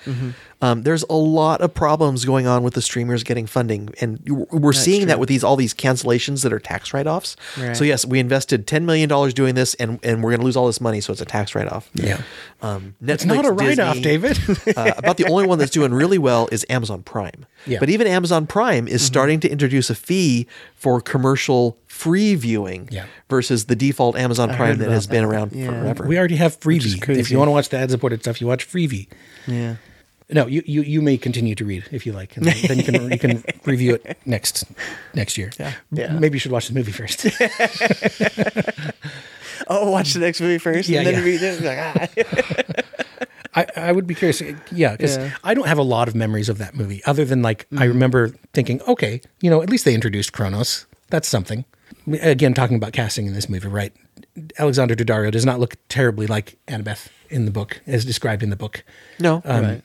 Speaker 5: Um, there's a lot of problems going on with the streamers getting funding, and you- we're seeing that with these all these cancellations that are tax write offs.
Speaker 4: Right.
Speaker 5: So yes, we invested ten million dollars doing this, and and we're going to lose all this money, so it's a tax write off.
Speaker 3: Yeah.
Speaker 5: Um,
Speaker 3: It's not a write-off, David.
Speaker 5: uh, about the only one that's doing really well is Amazon Prime.
Speaker 3: Yeah.
Speaker 5: But even Amazon Prime
Speaker 4: Mm-hmm.
Speaker 5: is starting to introduce a fee for commercial free viewing
Speaker 3: Yeah.
Speaker 5: versus the default Amazon Prime that
Speaker 4: about
Speaker 5: has been
Speaker 4: that.
Speaker 5: around
Speaker 4: Yeah.
Speaker 5: forever.
Speaker 3: We already have freebie. If
Speaker 4: crazy.
Speaker 3: you want to watch the ad-supported stuff, you watch freebie.
Speaker 4: Yeah.
Speaker 3: No, you, you you may continue to read if you like, and then, then you can you can review it next next year. Yeah.
Speaker 4: Yeah.
Speaker 3: maybe you should watch the movie first.
Speaker 4: Oh, watch the next movie first,
Speaker 3: Yeah,
Speaker 4: and then
Speaker 3: yeah.
Speaker 4: read it. Like, ah.
Speaker 3: I, I would be curious. Yeah, because
Speaker 4: Yeah.
Speaker 3: I don't have a lot of memories of that movie, other than like I
Speaker 5: Mm.
Speaker 3: remember thinking, okay, you know, at least they introduced Kronos. That's something. Again, talking about casting in this movie, right? Alexander Daddario does not look terribly like Annabeth in the book, as described in the book.
Speaker 5: no. Um,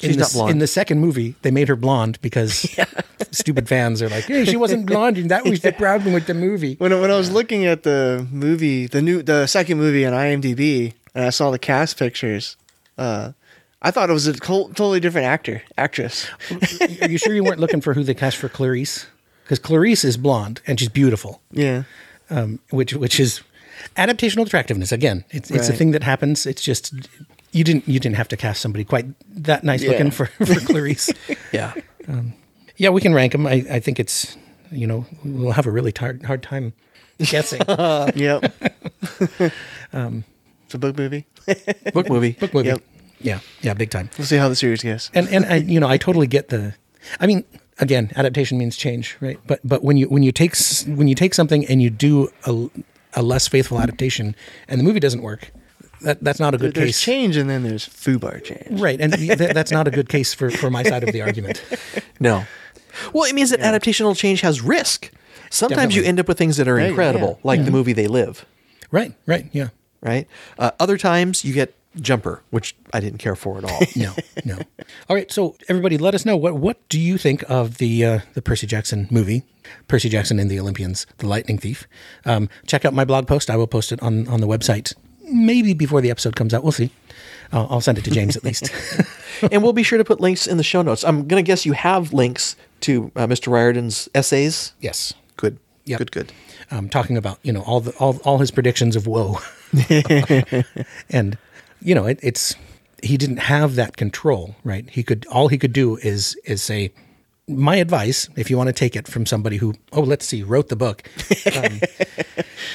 Speaker 3: In
Speaker 5: She's
Speaker 3: the,
Speaker 5: not blonde.
Speaker 3: In the second movie, they made her blonde because stupid fans are like, "Hey, she wasn't blonde, and that was the problem with the movie."
Speaker 4: when I- when I was looking at the movie, the new the second movie on IMDb, and I saw the cast pictures, uh, I thought it was a col- totally different actor actress.
Speaker 3: are you sure you weren't looking for who they cast for Clarice? Because Clarice is blonde and she's beautiful.
Speaker 4: Yeah.
Speaker 3: um, which which is adaptational attractiveness. Again, it's it's a
Speaker 4: Right.
Speaker 3: thing that happens. It's just you didn't you didn't have to cast somebody quite that nice
Speaker 4: Yeah.
Speaker 3: looking for for Clarice.
Speaker 5: yeah.
Speaker 3: yeah, we can rank them. I, I think it's you know we'll have a really tar- hard time guessing book
Speaker 4: Yep. Um, it's a book movie.
Speaker 5: Book movie. Book
Speaker 3: movie.
Speaker 4: Yep.
Speaker 3: Yeah, yeah, big time.
Speaker 4: We'll see how the series goes.
Speaker 3: And and I you know I totally get the. I mean, again, adaptation means change, right? But but when you when you take s- when you take something and you do a a less faithful adaptation, and the movie doesn't work, that that's not a good
Speaker 4: There's
Speaker 3: case.
Speaker 4: change, and then there's Fubar change.
Speaker 3: Right, and th- that's not a good case for, for my side of the argument.
Speaker 5: No. Well, it means that adaptational change has risk. Sometimes you
Speaker 3: Definitely.
Speaker 5: end up with things that are
Speaker 4: you go, yeah.
Speaker 5: incredible, like the movie They Live,
Speaker 3: Right, right, yeah.
Speaker 5: right? Uh, other times you get Jumper, which I didn't care for at all.
Speaker 3: No, no. All right, so everybody, let us know what what do you think of the uh, the Percy Jackson movie, Percy Jackson and the Olympians, The Lightning Thief. Um, check out my blog post. I will post it on on the website maybe before the episode comes out. We'll see. Uh, I'll send it to James at least.
Speaker 5: and we'll be sure to put links in the show notes. I'm going to guess you have links to uh, Mr. Riordan's essays.
Speaker 3: yes.
Speaker 5: Good.
Speaker 3: Yep.
Speaker 5: Good, good.
Speaker 3: um, talking about you know all the all, all his predictions of woe, and you know it, it's he didn't have that control, right? He could all he could do is is say, my advice, if you want to take it from somebody who oh let's see wrote the book, um,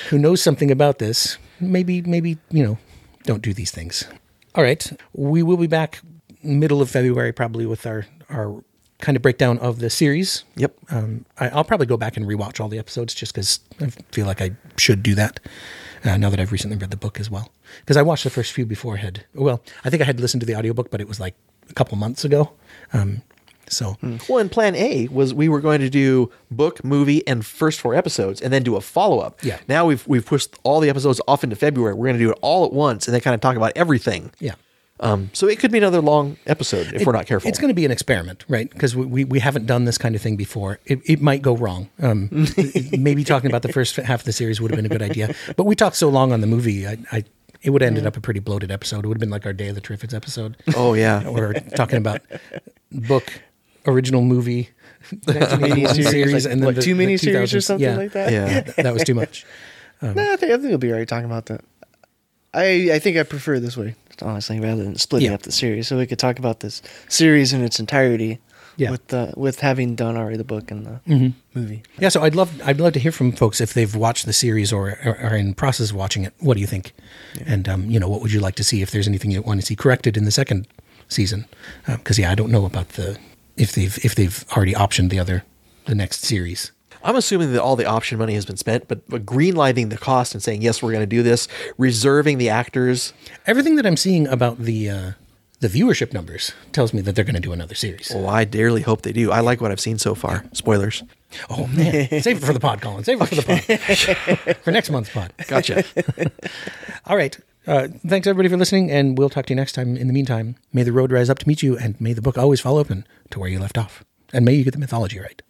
Speaker 3: who knows something about this, maybe maybe you know don't do these things. All right, we will be back middle of February probably with our our kind of breakdown of the series.
Speaker 5: Yep.
Speaker 3: Um, I, I'll probably go back and rewatch all the episodes just because I feel like I should do that uh, now that I've recently read the book as well. Because I watched the first few before I had, well, I think I had listened to the audiobook, but it was like a couple months ago. Um, so,
Speaker 5: Well, and plan A was we were going to do book, movie, and first four episodes, and then do a follow up.
Speaker 3: Yeah.
Speaker 5: Now we've we've pushed all the episodes off into February. We're going to do it all at once, and then kind of talk about everything.
Speaker 3: yeah.
Speaker 5: Um. So it could be another long episode if
Speaker 3: It-
Speaker 5: we're not careful.
Speaker 3: It's going to be an experiment, right? Because we, we, we haven't done this kind of thing before. It, it might go wrong. Um, it- it- maybe talking about the first half of the series would have been a good idea. But we talked so long on the movie, I, I it would have ended up a pretty bloated episode. It would have been like our Day of the Triffids episode.
Speaker 5: Oh, yeah.
Speaker 3: or talking about book, original movie, 1981
Speaker 4: Miniseries,
Speaker 3: series,
Speaker 4: like,
Speaker 3: and then
Speaker 4: what,
Speaker 3: the,
Speaker 4: two
Speaker 3: the
Speaker 4: miniseries or
Speaker 3: 2000s.
Speaker 4: something
Speaker 3: Yeah.
Speaker 4: like that.
Speaker 5: Yeah.
Speaker 3: Yeah, th- that was too much.
Speaker 4: No, I think I think it'll be alright talking about that. I I think I prefer this way, honestly, rather than splitting
Speaker 3: Yeah.
Speaker 4: up the series, so we could talk about this series in its entirety.
Speaker 3: Yeah. Mm-hmm.
Speaker 4: With the with having done already the book and the movie.
Speaker 3: Yeah, so I'd love I'd love to hear from folks if they've watched the series or or are in process of watching it. What do you think? And um, you know, what would you like to see if there's anything you want to see corrected in the second season? Because yeah, I don't know about the if they've if they've already optioned the other the next series.
Speaker 5: I'm assuming that all the option money has been spent, but, but greenlighting the cost and saying yes, we're going to do this, reserving the actors.
Speaker 3: Everything that I'm seeing about the uh, the viewership numbers tells me that they're going to do another series.
Speaker 5: Oh, I dearly hope they do. I like what I've seen so far. Spoilers.
Speaker 3: Oh man, save it for the pod, Colin. Save it for the pod for next month's pod.
Speaker 5: Gotcha.
Speaker 3: All right. Uh, thanks everybody for listening, and we'll talk to you next time. In the meantime, may the road rise up to meet you, and may the book always fall open to where you left off, and may you get the mythology right.